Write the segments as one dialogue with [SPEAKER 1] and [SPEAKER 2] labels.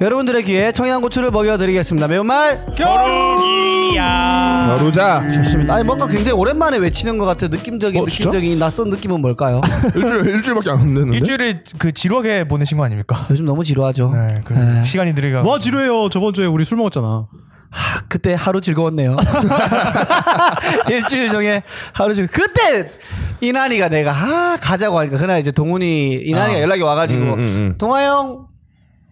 [SPEAKER 1] 여러분들의 귀에 청양고추를 먹여드리겠습니다. 매운말
[SPEAKER 2] 겨루기야.
[SPEAKER 3] 겨루자.
[SPEAKER 1] 좋습니다. 아니 뭔가 굉장히 오랜만에 외치는 것 같아. 느낌적인
[SPEAKER 3] 어, 진짜?
[SPEAKER 1] 느낌적인 낯선 느낌은 뭘까요?
[SPEAKER 3] 일주일 일주일밖에 안 됐는데.
[SPEAKER 2] 일주일을 그 지루하게 보내신 거 아닙니까?
[SPEAKER 1] 요즘 너무 지루하죠.
[SPEAKER 2] 네, 그
[SPEAKER 3] 그러니까.
[SPEAKER 1] 네.
[SPEAKER 2] 시간이 느리가.
[SPEAKER 4] 뭐 지루해요. 저번 주에 우리 술 먹었잖아.
[SPEAKER 1] 아, 그때 하루 즐거웠네요. 일주일 중에 하루 즐. 그때 이난이가 내가 아 가자고 하니까 그날 이제 동훈이 이난이가 연락이 와가지고
[SPEAKER 3] 음, 음, 음.
[SPEAKER 1] 동아 형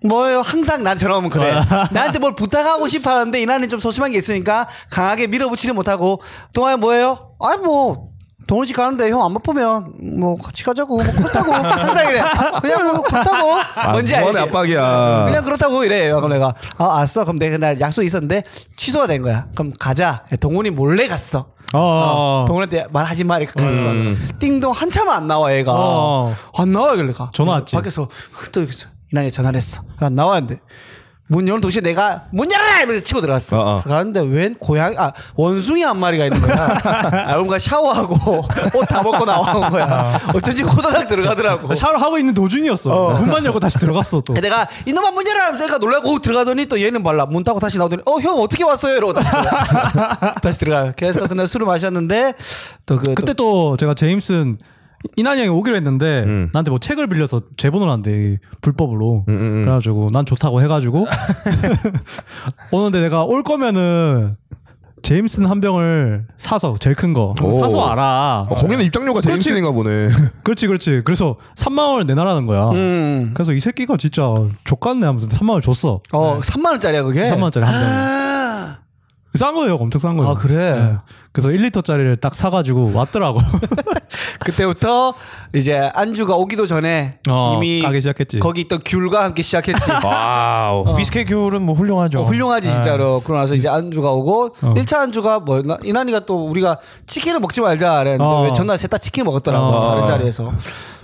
[SPEAKER 1] 뭐예요? 항상 난처럼 그래.
[SPEAKER 3] 아.
[SPEAKER 1] 나한테 뭘 부탁하고 싶어 하는데 이난이 좀 소심한 게 있으니까 강하게 밀어붙이지 못하고 동아 형 뭐예요? 아니 뭐. 동훈 씨 가는데 형 안 바쁘면 뭐 같이 가자고 뭐 그렇다고 항상 이래 그냥 뭐 그렇다고
[SPEAKER 3] 아,
[SPEAKER 1] 뭔지
[SPEAKER 3] 무한의
[SPEAKER 1] 알지?
[SPEAKER 4] 어.
[SPEAKER 3] 압박이야.
[SPEAKER 1] 그냥 그렇다고 이래. 그럼 내가 아 알았어. 그럼 내가 그날 약속 있었는데 취소가 된 거야. 그럼 가자. 동훈이 몰래 갔어.
[SPEAKER 3] 아,
[SPEAKER 4] 어.
[SPEAKER 1] 어,
[SPEAKER 4] 어. 음.
[SPEAKER 1] 동훈한테 말하지 마 이렇게 갔어. 띵동 한참 안 나와 얘가.
[SPEAKER 4] 어.
[SPEAKER 1] 안 나와 이래 가.
[SPEAKER 4] 전화 왔지?
[SPEAKER 1] 밖에서 또 이렇게 이난이 전화를 했어. 안 나왔는데. 문 열는 동시에 내가 문 열어라 이러면서 치고 들어갔어.
[SPEAKER 3] 어, 어.
[SPEAKER 1] 들어갔는데 웬 고양이 아 원숭이 한 마리가 있는 거야. 알고 보니까 샤워하고 옷 다 벗고 나온 거야. 어쩐지 코다닥 들어가더라고.
[SPEAKER 4] 샤워를 하고 있는 도중이었어. 문만 열고 다시 들어갔어
[SPEAKER 3] 네,
[SPEAKER 4] 또.
[SPEAKER 1] 내가 이놈아 문 열어 하면서 얘가 놀라고 들어가더니 또 얘는 말라 문 닫고 다시 나오더니 어 형 어떻게 왔어요 이러고 다시 들어가 다시 들어가요 그래서 그날 술을 마셨는데 또그
[SPEAKER 4] 그때 또 제가 제임슨 이난이 형이 오기로 했는데
[SPEAKER 3] 음.
[SPEAKER 4] 나한테 뭐 책을 빌려서 제보를 한대 불법으로
[SPEAKER 3] 음, 음, 음.
[SPEAKER 4] 그래가지고 난 좋다고 해가지고 오는데 내가 올 거면은 제임슨 한 병을 사서 제일 큰 거
[SPEAKER 3] 오.
[SPEAKER 4] 사서 와라
[SPEAKER 3] 어, 거기는 입장료가 제일 인가 보네.
[SPEAKER 4] 그렇지 그렇지 그래서 3만 원을 내놔라는 거야
[SPEAKER 1] 음.
[SPEAKER 4] 그래서 이 새끼가 진짜 족같네 하면서 3만 원을 줬어
[SPEAKER 1] 어 3만 원짜리야 그게
[SPEAKER 4] 3만 원짜리 네. 한 병.
[SPEAKER 1] 아,
[SPEAKER 4] 싼 거예요 엄청 싼 거예요
[SPEAKER 1] 아 그래
[SPEAKER 4] 네. 그래서 1리터짜리를 딱 사가지고 왔더라고
[SPEAKER 1] 그때부터 이제 안주가 오기도 전에
[SPEAKER 4] 어,
[SPEAKER 1] 이미
[SPEAKER 4] 가기 시작했지
[SPEAKER 1] 거기 있던 귤과 함께 시작했지
[SPEAKER 3] 와우.
[SPEAKER 2] 위스케 귤은 뭐 훌륭하죠.
[SPEAKER 1] 어, 훌륭하지
[SPEAKER 4] 네.
[SPEAKER 1] 진짜로 그러고 나서 이제 안주가 오고
[SPEAKER 4] 어.
[SPEAKER 1] 일 1차 안주가 뭐였나 이난이가 또 우리가 치킨을 먹지 말자 그랬는데
[SPEAKER 4] 어.
[SPEAKER 1] 왜 전날 셋다 치킨 먹었더라고
[SPEAKER 4] 어.
[SPEAKER 1] 다른 자리에서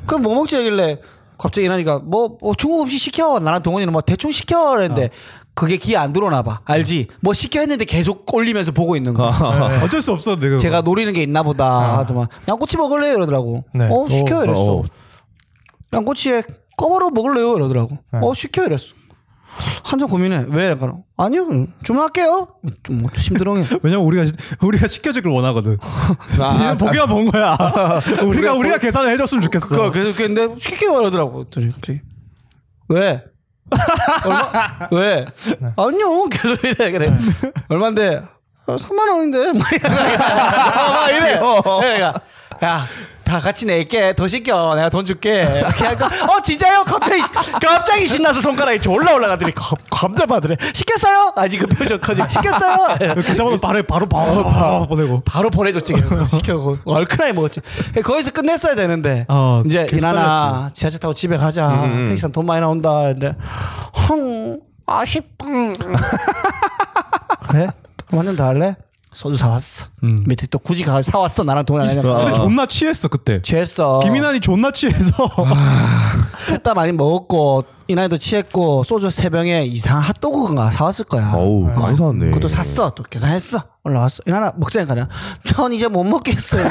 [SPEAKER 1] 그럼 뭐 먹지 하길래 갑자기 이난이가 뭐, 뭐 중국 음식 시켜 나랑 동원이는 뭐 대충 시켜 그랬는데
[SPEAKER 4] 어.
[SPEAKER 1] 그게 귀에 안 들어오나 봐 알지 뭐 시켜 했는데 계속 올리면서 보고 있는 거
[SPEAKER 4] 네. 어쩔 수 없어 내가
[SPEAKER 1] 제가 노리는 게 있나 보다 하더만 양꼬치 먹을래요 이러더라고
[SPEAKER 2] 네.
[SPEAKER 1] 어 시켜 이랬어
[SPEAKER 3] 어.
[SPEAKER 1] 양꼬치에 껌으로 먹을래요 이러더라고 어 시켜 이랬어 한참 고민해 왜 약간 아니요 음, 주문할게요 좀뭐 심드렁해
[SPEAKER 4] 왜냐면 우리가 시- 우리가 시켜주길 원하거든.
[SPEAKER 3] 아,
[SPEAKER 4] 지금
[SPEAKER 3] 아,
[SPEAKER 4] 보기만 본 거야. 우리가 우리가 계산을 해줬으면 좋겠어.
[SPEAKER 1] 그거 계속 했는데 시키게 이러더라고 그랬더니 갑자기 왜 얼마 왜 아니요 계속 이래 그래 얼마인데 3만 원인데 막 이래 막 이래 내가 야다 같이 낼게 더 시켜 내가 돈 줄게 이렇게 할까 어 진짜요 갑자기 갑자기 신나서 손가락이 졸라 올라가더니 겁- 감자 받으래 시켰어요 아직 그 표정 커지 시켰어요
[SPEAKER 4] 계좌번호 바로 바로 바로
[SPEAKER 1] 아.
[SPEAKER 4] 바로 보내고.
[SPEAKER 1] 바로 보내줬지 그래서 시켜고 얼큰하게 먹었지 그러니까 거기서 끝냈어야 되는데
[SPEAKER 4] 어,
[SPEAKER 1] 이제
[SPEAKER 4] 계속
[SPEAKER 1] 이나나 지하철 타고 집에 가자 택시 타면 돈 많이 나온다 근데 헝 아쉽다 그래 완전 다 할래 소주 사왔어 밑에 또 굳이 가 사왔어 나랑 돈이 안
[SPEAKER 4] 근데
[SPEAKER 1] 내면
[SPEAKER 4] 존나 취했어 그때.
[SPEAKER 1] 죄했어
[SPEAKER 4] 김인환이 존나 취해서
[SPEAKER 1] 아. 셋다 많이 먹었고 이나이도 취했고 소주 세 병에 이상한 핫도그인가 사왔을 거야
[SPEAKER 3] 어우 많이 아, 사왔네.
[SPEAKER 1] 그것도 샀어. 또 계산했어. 올라왔어. 이거 하나 먹자니까 내가 전 이제 못 먹겠어요.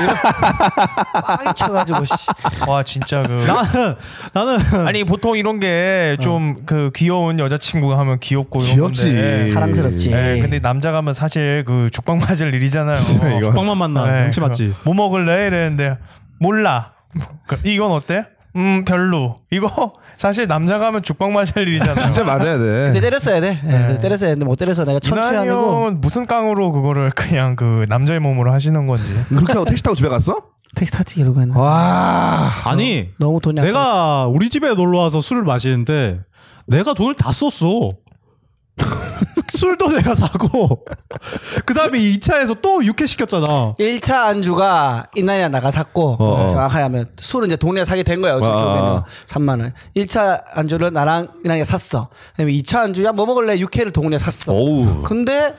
[SPEAKER 1] 빵이 쳐가지고 씨.
[SPEAKER 2] 와 진짜 그.
[SPEAKER 4] 나는 나는
[SPEAKER 2] 아니 보통 이런 게 좀 그 귀여운 여자친구가 하면 귀엽고 이런
[SPEAKER 3] 귀엽지.
[SPEAKER 2] 건데.
[SPEAKER 1] 사랑스럽지.
[SPEAKER 2] 네, 근데 남자가 하면 사실 그 죽방 맞을 일이잖아요.
[SPEAKER 3] 이거.
[SPEAKER 4] 빵만 만나
[SPEAKER 2] 네,
[SPEAKER 4] 눈치 맞지.
[SPEAKER 2] 그럼 뭐 먹을래 이랬는데 몰라. 그, 이건 어때? 음 별로. 이거 사실 남자가 하면 죽방 맞을 일이잖아요.
[SPEAKER 3] 진짜 맞아야
[SPEAKER 1] 그때
[SPEAKER 3] 돼.
[SPEAKER 1] 때렸어야 돼. 예, 그때 때렸어야 했는데 못 때려서 내가 천추
[SPEAKER 2] 이난이
[SPEAKER 1] 아니고
[SPEAKER 2] 형은 무슨 깡으로 그거를 그냥 그 남자의 몸으로 하시는 건지.
[SPEAKER 3] 그렇게 하고 택시 타고 집에 갔어?
[SPEAKER 1] 택시 타지 이러고 했네.
[SPEAKER 3] 와.
[SPEAKER 4] 아니
[SPEAKER 1] 어? 너무 돈이 아까워.
[SPEAKER 4] 내가 우리 집에 놀러 와서 술을 마시는데 내가 돈을 다 썼어. 술도 내가 사고 그 다음에 2차에서 또 육회 시켰잖아.
[SPEAKER 1] 1차 안주가 이날이나 나가 샀고
[SPEAKER 3] 어, 어.
[SPEAKER 1] 정확하게 하면 술은 이제 돈이나 사게 된 거야 어차피
[SPEAKER 3] 아, 아,
[SPEAKER 1] 아,
[SPEAKER 3] 아.
[SPEAKER 1] 3만 원 1차 안주를 나랑 이날이가 샀어 그다음에 2차 안주야 뭐 먹을래 육회를 동훈이가 샀어
[SPEAKER 3] 어우.
[SPEAKER 1] 근데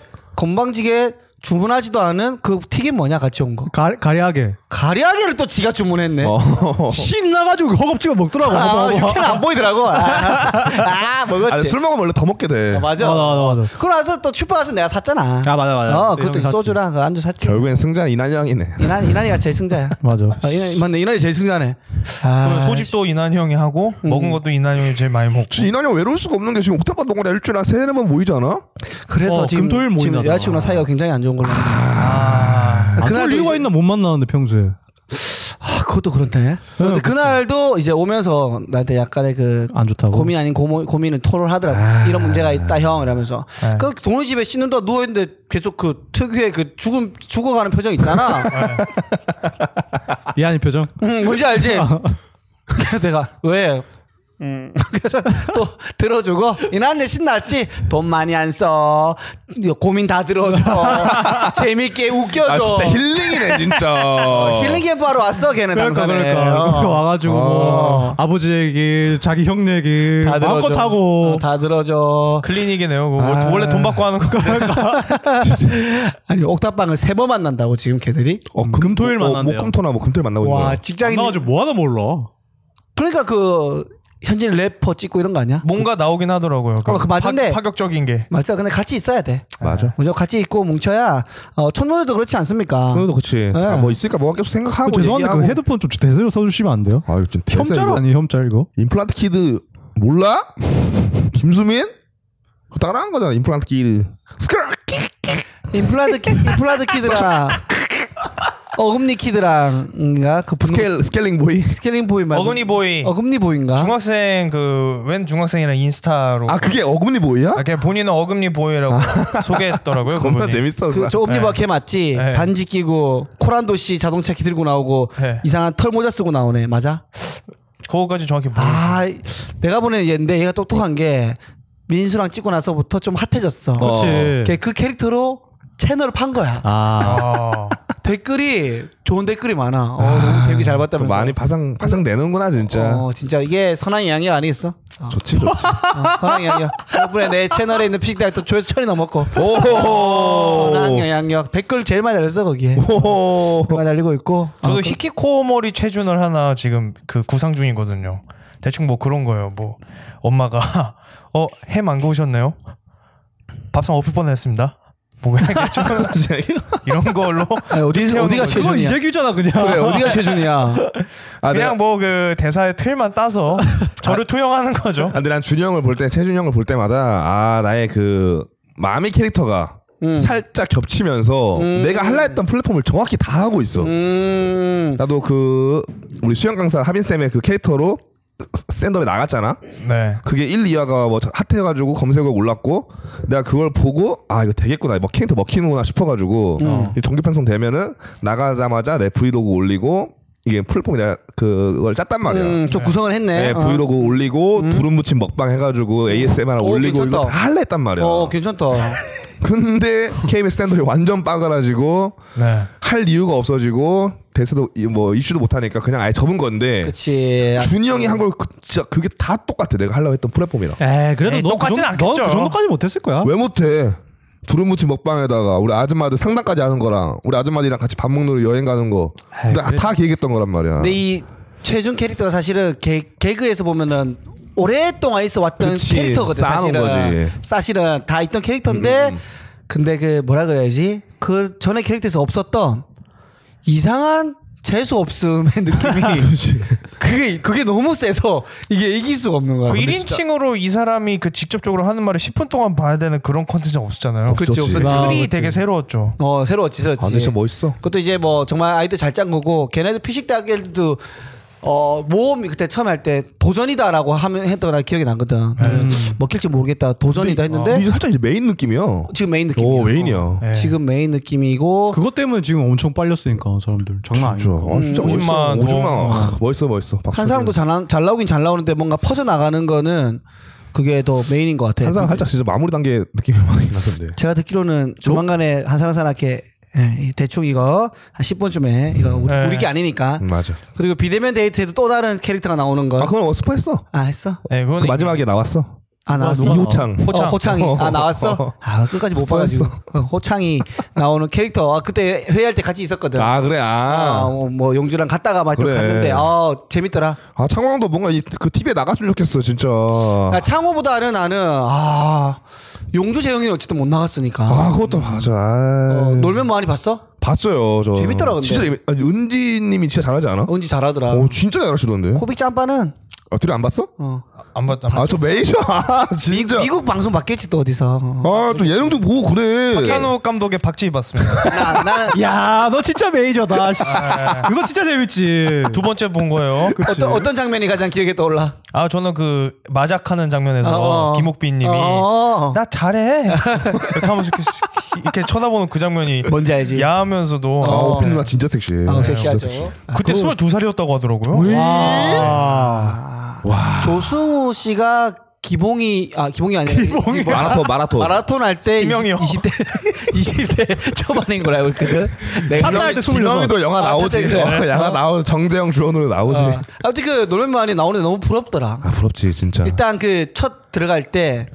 [SPEAKER 1] 건방지게 주문하지도 않은 그 튀김 뭐냐 같이 온거
[SPEAKER 4] 가, 가리하게
[SPEAKER 1] 가리아기를 또 지가 주문했네
[SPEAKER 3] 어.
[SPEAKER 4] 신나가지고 허겁지겁 먹더라고.
[SPEAKER 1] 아,
[SPEAKER 4] 어머, 어머.
[SPEAKER 1] 육회는 안 보이더라고. 아, 아, 아, 먹었지.
[SPEAKER 3] 아니, 술 먹으면 원래 더 먹게 돼.
[SPEAKER 1] 아, 맞아.
[SPEAKER 4] 아, 맞아, 맞아.
[SPEAKER 1] 그러고 나서 또 슈퍼 가서 내가 샀잖아.
[SPEAKER 4] 아 맞아 맞아.
[SPEAKER 1] 어,
[SPEAKER 4] 네,
[SPEAKER 1] 그것도
[SPEAKER 4] 형이 샀지.
[SPEAKER 1] 소주랑 그 안주 샀지.
[SPEAKER 3] 결국엔 승자는 이난영이네.
[SPEAKER 1] 이난 이난이가 제일 승자야.
[SPEAKER 4] 맞아.
[SPEAKER 1] 아, 이난 맞네. 이난이 제일 승자네. 아,
[SPEAKER 2] 그럼 소집도 이난 형이 하고 먹은 것도 이난 형이 제일 많이 먹고.
[SPEAKER 3] 이난영 외로울 수가 없는 게 지금 옥탑방 동아리 일주일에 한 세네 번 모이잖아.
[SPEAKER 1] 그래서
[SPEAKER 4] 어,
[SPEAKER 1] 지금
[SPEAKER 4] 금토일 모임
[SPEAKER 1] 지금
[SPEAKER 4] 나잖아.
[SPEAKER 1] 여자친구랑 사이가 굉장히 안 좋은 걸로. 알고
[SPEAKER 2] 아,
[SPEAKER 1] 있는데.
[SPEAKER 4] 아, 그날
[SPEAKER 1] 그날도
[SPEAKER 4] 이유가
[SPEAKER 1] 이제-
[SPEAKER 4] 있나 못 만나는데 평소에.
[SPEAKER 1] 아, 그것도 그렇네. 근데 그날도 이제 오면서 나한테 약간의 그
[SPEAKER 4] 안 좋다고.
[SPEAKER 1] 고민 아닌 아. 고모, 고민을 토로하더라고. 이런 문제가 있다 형 이러면서.
[SPEAKER 2] 네.
[SPEAKER 1] 그 동네 집에 씻는 동안 누워 있는데 계속 그 특유의 그 죽음 죽어가는 표정 있잖아.
[SPEAKER 4] 이한이 표정.
[SPEAKER 1] 응, 뭔지 알지? 그래서 내가 왜? 음. 그래서 또 들어주고 이난내 신났지 돈 많이 안써 고민 다 들어줘 재밌게 웃겨줘
[SPEAKER 3] 아 진짜 힐링이네
[SPEAKER 4] 어,
[SPEAKER 3] 진짜.
[SPEAKER 1] 힐링 캠프하러 왔어 걔는
[SPEAKER 4] 그러니까
[SPEAKER 1] 당선에
[SPEAKER 4] 그러니까
[SPEAKER 1] 어.
[SPEAKER 4] 그러니까 와가지고 뭐
[SPEAKER 1] 어.
[SPEAKER 4] 아버지 얘기, 자기 형 얘기
[SPEAKER 1] 다 들어줘
[SPEAKER 4] 마음껏 하고
[SPEAKER 1] 어, 다 들어줘
[SPEAKER 2] 클리닉이네요. 그거 원래 돈 받고 하는 거.
[SPEAKER 1] 아니 옥탑방을 세 번 만난다고 지금 걔들이 어.
[SPEAKER 3] 어,
[SPEAKER 4] 금, 토일
[SPEAKER 3] 어,
[SPEAKER 4] 만난대요.
[SPEAKER 3] 목금토나 뭐 금토일 만나고 있는
[SPEAKER 1] 와
[SPEAKER 3] 거야.
[SPEAKER 1] 직장인
[SPEAKER 4] 나가지고 뭐 하나 몰라.
[SPEAKER 1] 그러니까 그 현진 래퍼 찍고 이런 거 아니야?
[SPEAKER 2] 뭔가 나오긴 하더라고요.
[SPEAKER 1] 어, 그 맞는데.
[SPEAKER 2] 파, 격적인 게.
[SPEAKER 1] 맞아 근데 같이 있어야 돼
[SPEAKER 3] 맞아.
[SPEAKER 1] 먼저 같이 있고 뭉쳐야 어, 첫눈에도 그렇지 않습니까?
[SPEAKER 3] 그래도 그렇지.
[SPEAKER 1] 네.
[SPEAKER 3] 자, 뭐 있을까 뭐 할게 생각하고
[SPEAKER 4] 죄송한데
[SPEAKER 3] 얘기하고.
[SPEAKER 4] 그 헤드폰 좀 대세로 써주시면 안 돼요?
[SPEAKER 3] 아, 지금 대세
[SPEAKER 4] 혐짤
[SPEAKER 3] 이거.
[SPEAKER 4] 아니에요 혐짤 이거?
[SPEAKER 3] 임플란트 키드 몰라? 김수민? 그거 따라한 거잖아. 임플란트 키드.
[SPEAKER 1] 인플라드 키, 인플라드 키드랑 어금니 키드랑인가 그 분홍-
[SPEAKER 3] 스케일 스케일링 보이.
[SPEAKER 1] 스케일링 보이 말고
[SPEAKER 2] 어금니 보이.
[SPEAKER 1] 어금니 그- 아? 보이인가
[SPEAKER 2] 중학생 그 웬 중학생이랑 인스타로.
[SPEAKER 3] 아, 그게 어금니 보이야?
[SPEAKER 2] 아, 그냥 본인은 어금니 보이라고 소개했더라고요.
[SPEAKER 3] 겁나
[SPEAKER 2] 그분이.
[SPEAKER 3] 재밌어.
[SPEAKER 1] 그 저 어금니
[SPEAKER 2] 네.
[SPEAKER 1] 바걔 맞지
[SPEAKER 2] 네.
[SPEAKER 1] 반지 끼고 코란도 씨 자동차 키 들고 나오고
[SPEAKER 2] 네.
[SPEAKER 1] 이상한 털 모자 쓰고 나오네 맞아
[SPEAKER 2] 그거까지 정확히 모르겠어요.
[SPEAKER 1] 아 이- 내가 보는 얘인데 얘가 똑똑한 게 민수랑 찍고 나서부터 좀 핫해졌어
[SPEAKER 3] 어.
[SPEAKER 4] 그렇지.
[SPEAKER 1] 걔 그 캐릭터로 채널을 판 거야
[SPEAKER 4] 아
[SPEAKER 2] 아.
[SPEAKER 1] 댓글이 좋은 댓글이 많아 어, 너무 재밌게 잘
[SPEAKER 3] 또
[SPEAKER 1] 봤다면서
[SPEAKER 3] 많이 파상 파상 내는구나 진짜.
[SPEAKER 1] 어 진짜 이게 선왕이 양이 아니겠어 어.
[SPEAKER 3] 좋지 좋지.
[SPEAKER 1] 어, 선왕영역 덕분에 내 채널에 있는 피식대학 또 조회수 천이 넘었고
[SPEAKER 3] 오.
[SPEAKER 1] 선왕영역 댓글 제일 많이 달렸어 거기에
[SPEAKER 3] 오.
[SPEAKER 1] 제일 많이 달리고 어, 그- 있고
[SPEAKER 2] 저도 히키코모리 체준을 하나 지금 그 구상 중이거든요. 대충 뭐 그런 거예요. 뭐 엄마가 어 햄 안 구우셨나요? 밥상 엎을 뻔했습니다. 뭐 그냥 대충 이런 걸로
[SPEAKER 1] 아니, 어디,
[SPEAKER 2] 태우는
[SPEAKER 1] 어디가
[SPEAKER 2] 거지.
[SPEAKER 4] 그건
[SPEAKER 1] 최준이야
[SPEAKER 4] 이재규잖아 그냥.
[SPEAKER 1] 그래 어디가 최준이야
[SPEAKER 3] 아, 내가
[SPEAKER 2] 그냥 뭐 그 대사의 틀만 따서 저를 투영하는 거죠.
[SPEAKER 3] 아, 근데 난 준이 형을 볼 때, 최준이 형을 볼 때마다, 아, 나의 그, 마음의 캐릭터가
[SPEAKER 1] 음.
[SPEAKER 3] 살짝 겹치면서,
[SPEAKER 1] 음.
[SPEAKER 3] 내가 할라 했던 플랫폼을 정확히 다 하고 있어.
[SPEAKER 1] 음
[SPEAKER 3] 나도 그, 우리 수영 강사 하빈쌤의 그 캐릭터로 샌드업에 나갔잖아?
[SPEAKER 2] 네.
[SPEAKER 3] 그게 1, 2화가 뭐 핫해가지고 검색어 올랐고, 내가 그걸 보고, 아, 이거 되겠구나. 뭐 캐릭터 먹히는구나 싶어가지고, 이 정규 편성 되면은, 나가자마자 내 브이로그 올리고, 이게 플랫폼이 내가 그걸 짰단 말이야.
[SPEAKER 1] 음, 좀 구성을 했네
[SPEAKER 3] 네,
[SPEAKER 1] 어.
[SPEAKER 3] 브이로그 올리고 두릅 무침 먹방 해가지고 ASMR
[SPEAKER 1] 오,
[SPEAKER 3] 올리고
[SPEAKER 1] 괜찮다.
[SPEAKER 3] 이거 다 할라 했단 말이야.
[SPEAKER 1] 어 괜찮다
[SPEAKER 3] 근데 KBS 스탠드에 완전 빠가라지고
[SPEAKER 2] 네.
[SPEAKER 3] 할 이유가 없어지고 대세도 이- 뭐 이슈도 못 하니까 그냥 아예 접은 건데
[SPEAKER 1] 그치
[SPEAKER 3] 준이 형이 한 걸 진짜 그게 다 똑같아. 내가 하려고 했던 플랫폼이랑
[SPEAKER 4] 에 그래도
[SPEAKER 2] 에이,
[SPEAKER 4] 너 그
[SPEAKER 2] 네, 똑같진
[SPEAKER 4] 정도,
[SPEAKER 2] 않겠죠.
[SPEAKER 4] 그 정도까지 못했을 거야.
[SPEAKER 3] 왜 못해? 두릅 무침 먹방에다가 우리 아줌마들 상담까지 하는 거랑 우리 아줌마들이랑 같이 밥 먹는 거 여행 가는 거
[SPEAKER 4] 에이,
[SPEAKER 3] 다, 다 계획했던 거란 말이야.
[SPEAKER 1] 근데 이 최준 캐릭터가 사실은 개, 개그에서 보면은 오랫동안 있어 왔던
[SPEAKER 3] 그치,
[SPEAKER 1] 캐릭터거든
[SPEAKER 3] 쌓아놓은
[SPEAKER 1] 사실은
[SPEAKER 3] 거지. 음,
[SPEAKER 1] 사실은 다 있던 캐릭터인데 근데 그 뭐라 그래야지 그 전에 캐릭터에서 없었던 이상한 재수 없음의 느낌이 그게 그게 너무 세서 이게 이길 수가 없는 거야
[SPEAKER 2] 그
[SPEAKER 1] 근데
[SPEAKER 2] 1인칭으로 이 사람이 그 직접적으로 하는 말을 10분 동안 봐야 되는 그런 컨텐츠가 없었잖아요.
[SPEAKER 1] 그치,
[SPEAKER 3] 없었지.
[SPEAKER 1] 없었지.
[SPEAKER 4] 아,
[SPEAKER 2] 틀이
[SPEAKER 4] 그치.
[SPEAKER 2] 되게 새로웠죠.
[SPEAKER 1] 어 새로웠지
[SPEAKER 3] 아, 근데
[SPEAKER 1] 새로웠지
[SPEAKER 3] 진짜 멋있어.
[SPEAKER 1] 그것도 이제 뭐 정말 아이들 잘 짠 거고 걔네들 피식대학교도 어 모험이 그때 처음에 할 때 도전이다라고 하면 했던 나 기억이 나거든. 먹힐지 모르겠다 도전이다 했는데
[SPEAKER 3] 네. 음. 어, 이게 살짝 이제 메인 느낌이야.
[SPEAKER 1] 지금 메인 느낌.
[SPEAKER 3] 오 메인이야. 어. 음.
[SPEAKER 2] 예.
[SPEAKER 1] 지금 메인 느낌이고
[SPEAKER 4] 그것 때문에 지금 엄청 빨렸으니까 사람들 장난
[SPEAKER 3] 진짜.
[SPEAKER 4] 아니야.
[SPEAKER 3] 아, 진짜 멋있어.
[SPEAKER 2] 50만,
[SPEAKER 3] 50만.
[SPEAKER 2] 어.
[SPEAKER 3] 아, 멋있어, 멋있어. 박수
[SPEAKER 1] 한 사람도 잘, 나- 잘 나오긴 잘 나오는데 뭔가 퍼져 나가는 거는 그게 더 메인인 것 같아.
[SPEAKER 3] 한 사람 살짝 진짜 마무리 단계 느낌이 많이 나던데.
[SPEAKER 1] 제가 듣기로는 조만간에 한 사람 사람 이렇게 예, 이 대충 이거 한 10분쯤에 이거 우리,
[SPEAKER 2] 네.
[SPEAKER 1] 우리 게 아니니까
[SPEAKER 3] 음, 맞아.
[SPEAKER 1] 그리고 비대면 데이트에도 또 다른 캐릭터가 나오는 거.
[SPEAKER 3] 그 아 그건 어, 스포했어.
[SPEAKER 1] 아 했어?
[SPEAKER 2] 네, 그건
[SPEAKER 3] 그 마지막에 나왔어.
[SPEAKER 1] 아 나왔어.
[SPEAKER 4] 왔어?
[SPEAKER 3] 이호창.
[SPEAKER 1] 어, 호창이 아 나왔어. 아 끝까지 못 봐가지고 어, 호창이 나오는 캐릭터. 아 그때 회의할 때 같이 있었거든.
[SPEAKER 3] 아 그래 아.
[SPEAKER 1] 네. 아뭐 어. 용주랑 갔다가 막이
[SPEAKER 3] 그래.
[SPEAKER 1] 갔는데 아 재밌더라.
[SPEAKER 3] 아 창왕도 뭔가 이, 그 TV에 나갔으면 좋겠어 진짜. 아.
[SPEAKER 1] 나 아, 창호보다는 나는 아 용주 재영이는 어쨌든 못 나갔으니까.
[SPEAKER 3] 아 그것도 맞아.
[SPEAKER 1] 어,
[SPEAKER 3] 아.
[SPEAKER 1] 놀면 많이 봤어?
[SPEAKER 3] 봤어요 저.
[SPEAKER 1] 재밌더라, 근데.
[SPEAKER 3] 진짜 재미. 아니, 은지님이 진짜 잘하지 않아?
[SPEAKER 1] 은지 잘하더라.
[SPEAKER 3] 어 진짜 잘하시던데.
[SPEAKER 1] 코빅 짬바는
[SPEAKER 3] 아 둘이 안 봤어?
[SPEAKER 1] 어,
[SPEAKER 2] 안 봤다.
[SPEAKER 3] 아 저 메이저 아 진짜.
[SPEAKER 1] 미국 방송 봤겠지 또 어디서. 어.
[SPEAKER 3] 아또 예능 좀 보고 그래.
[SPEAKER 2] 박찬욱 감독의 박쥐 봤습니다.
[SPEAKER 1] 나 나는
[SPEAKER 4] 야, 너 진짜 메이저다. 씨. 그거 진짜 재밌지.
[SPEAKER 2] 두 번째 본 거예요.
[SPEAKER 1] 어떤 어떤 장면이 가장 기억에 떠올라?
[SPEAKER 2] 아 저는 그 마작하는 장면에서
[SPEAKER 1] 어, 어.
[SPEAKER 2] 김옥빈님이
[SPEAKER 1] 어.
[SPEAKER 2] 나 잘해 이렇게 하면서 이렇게, 이렇게 쳐다보는 그 장면이
[SPEAKER 1] 뭔지 알지?
[SPEAKER 2] 야하면서도
[SPEAKER 3] 아
[SPEAKER 1] 어.
[SPEAKER 3] 오빈 누나 진짜 섹시해.
[SPEAKER 1] 아,
[SPEAKER 3] 네,
[SPEAKER 1] 섹시하죠.
[SPEAKER 3] 진짜
[SPEAKER 2] 그때 22살이었다고 하더라고요.
[SPEAKER 4] 와.
[SPEAKER 3] 와.
[SPEAKER 1] 아. 조승우 씨가 기봉이 아 기봉이 아니라 기봉이
[SPEAKER 3] 뭐, 마라톤 마라톤.
[SPEAKER 1] 마라톤 할때
[SPEAKER 2] 김영희요.
[SPEAKER 1] 20대 20대 초반인 걸 알고 있거든. 내가
[SPEAKER 4] 탔다 할 때 스물여섯.
[SPEAKER 3] 김영희도 영화
[SPEAKER 1] 아,
[SPEAKER 3] 나오지.
[SPEAKER 1] 그래.
[SPEAKER 3] 어, 영화 나오 정재영 주연으로 나오지.
[SPEAKER 1] 어. 아무튼 그 노래만이 나오는데 너무 부럽더라.
[SPEAKER 3] 아 부럽지 진짜.
[SPEAKER 1] 일단 그 첫 들어갈 때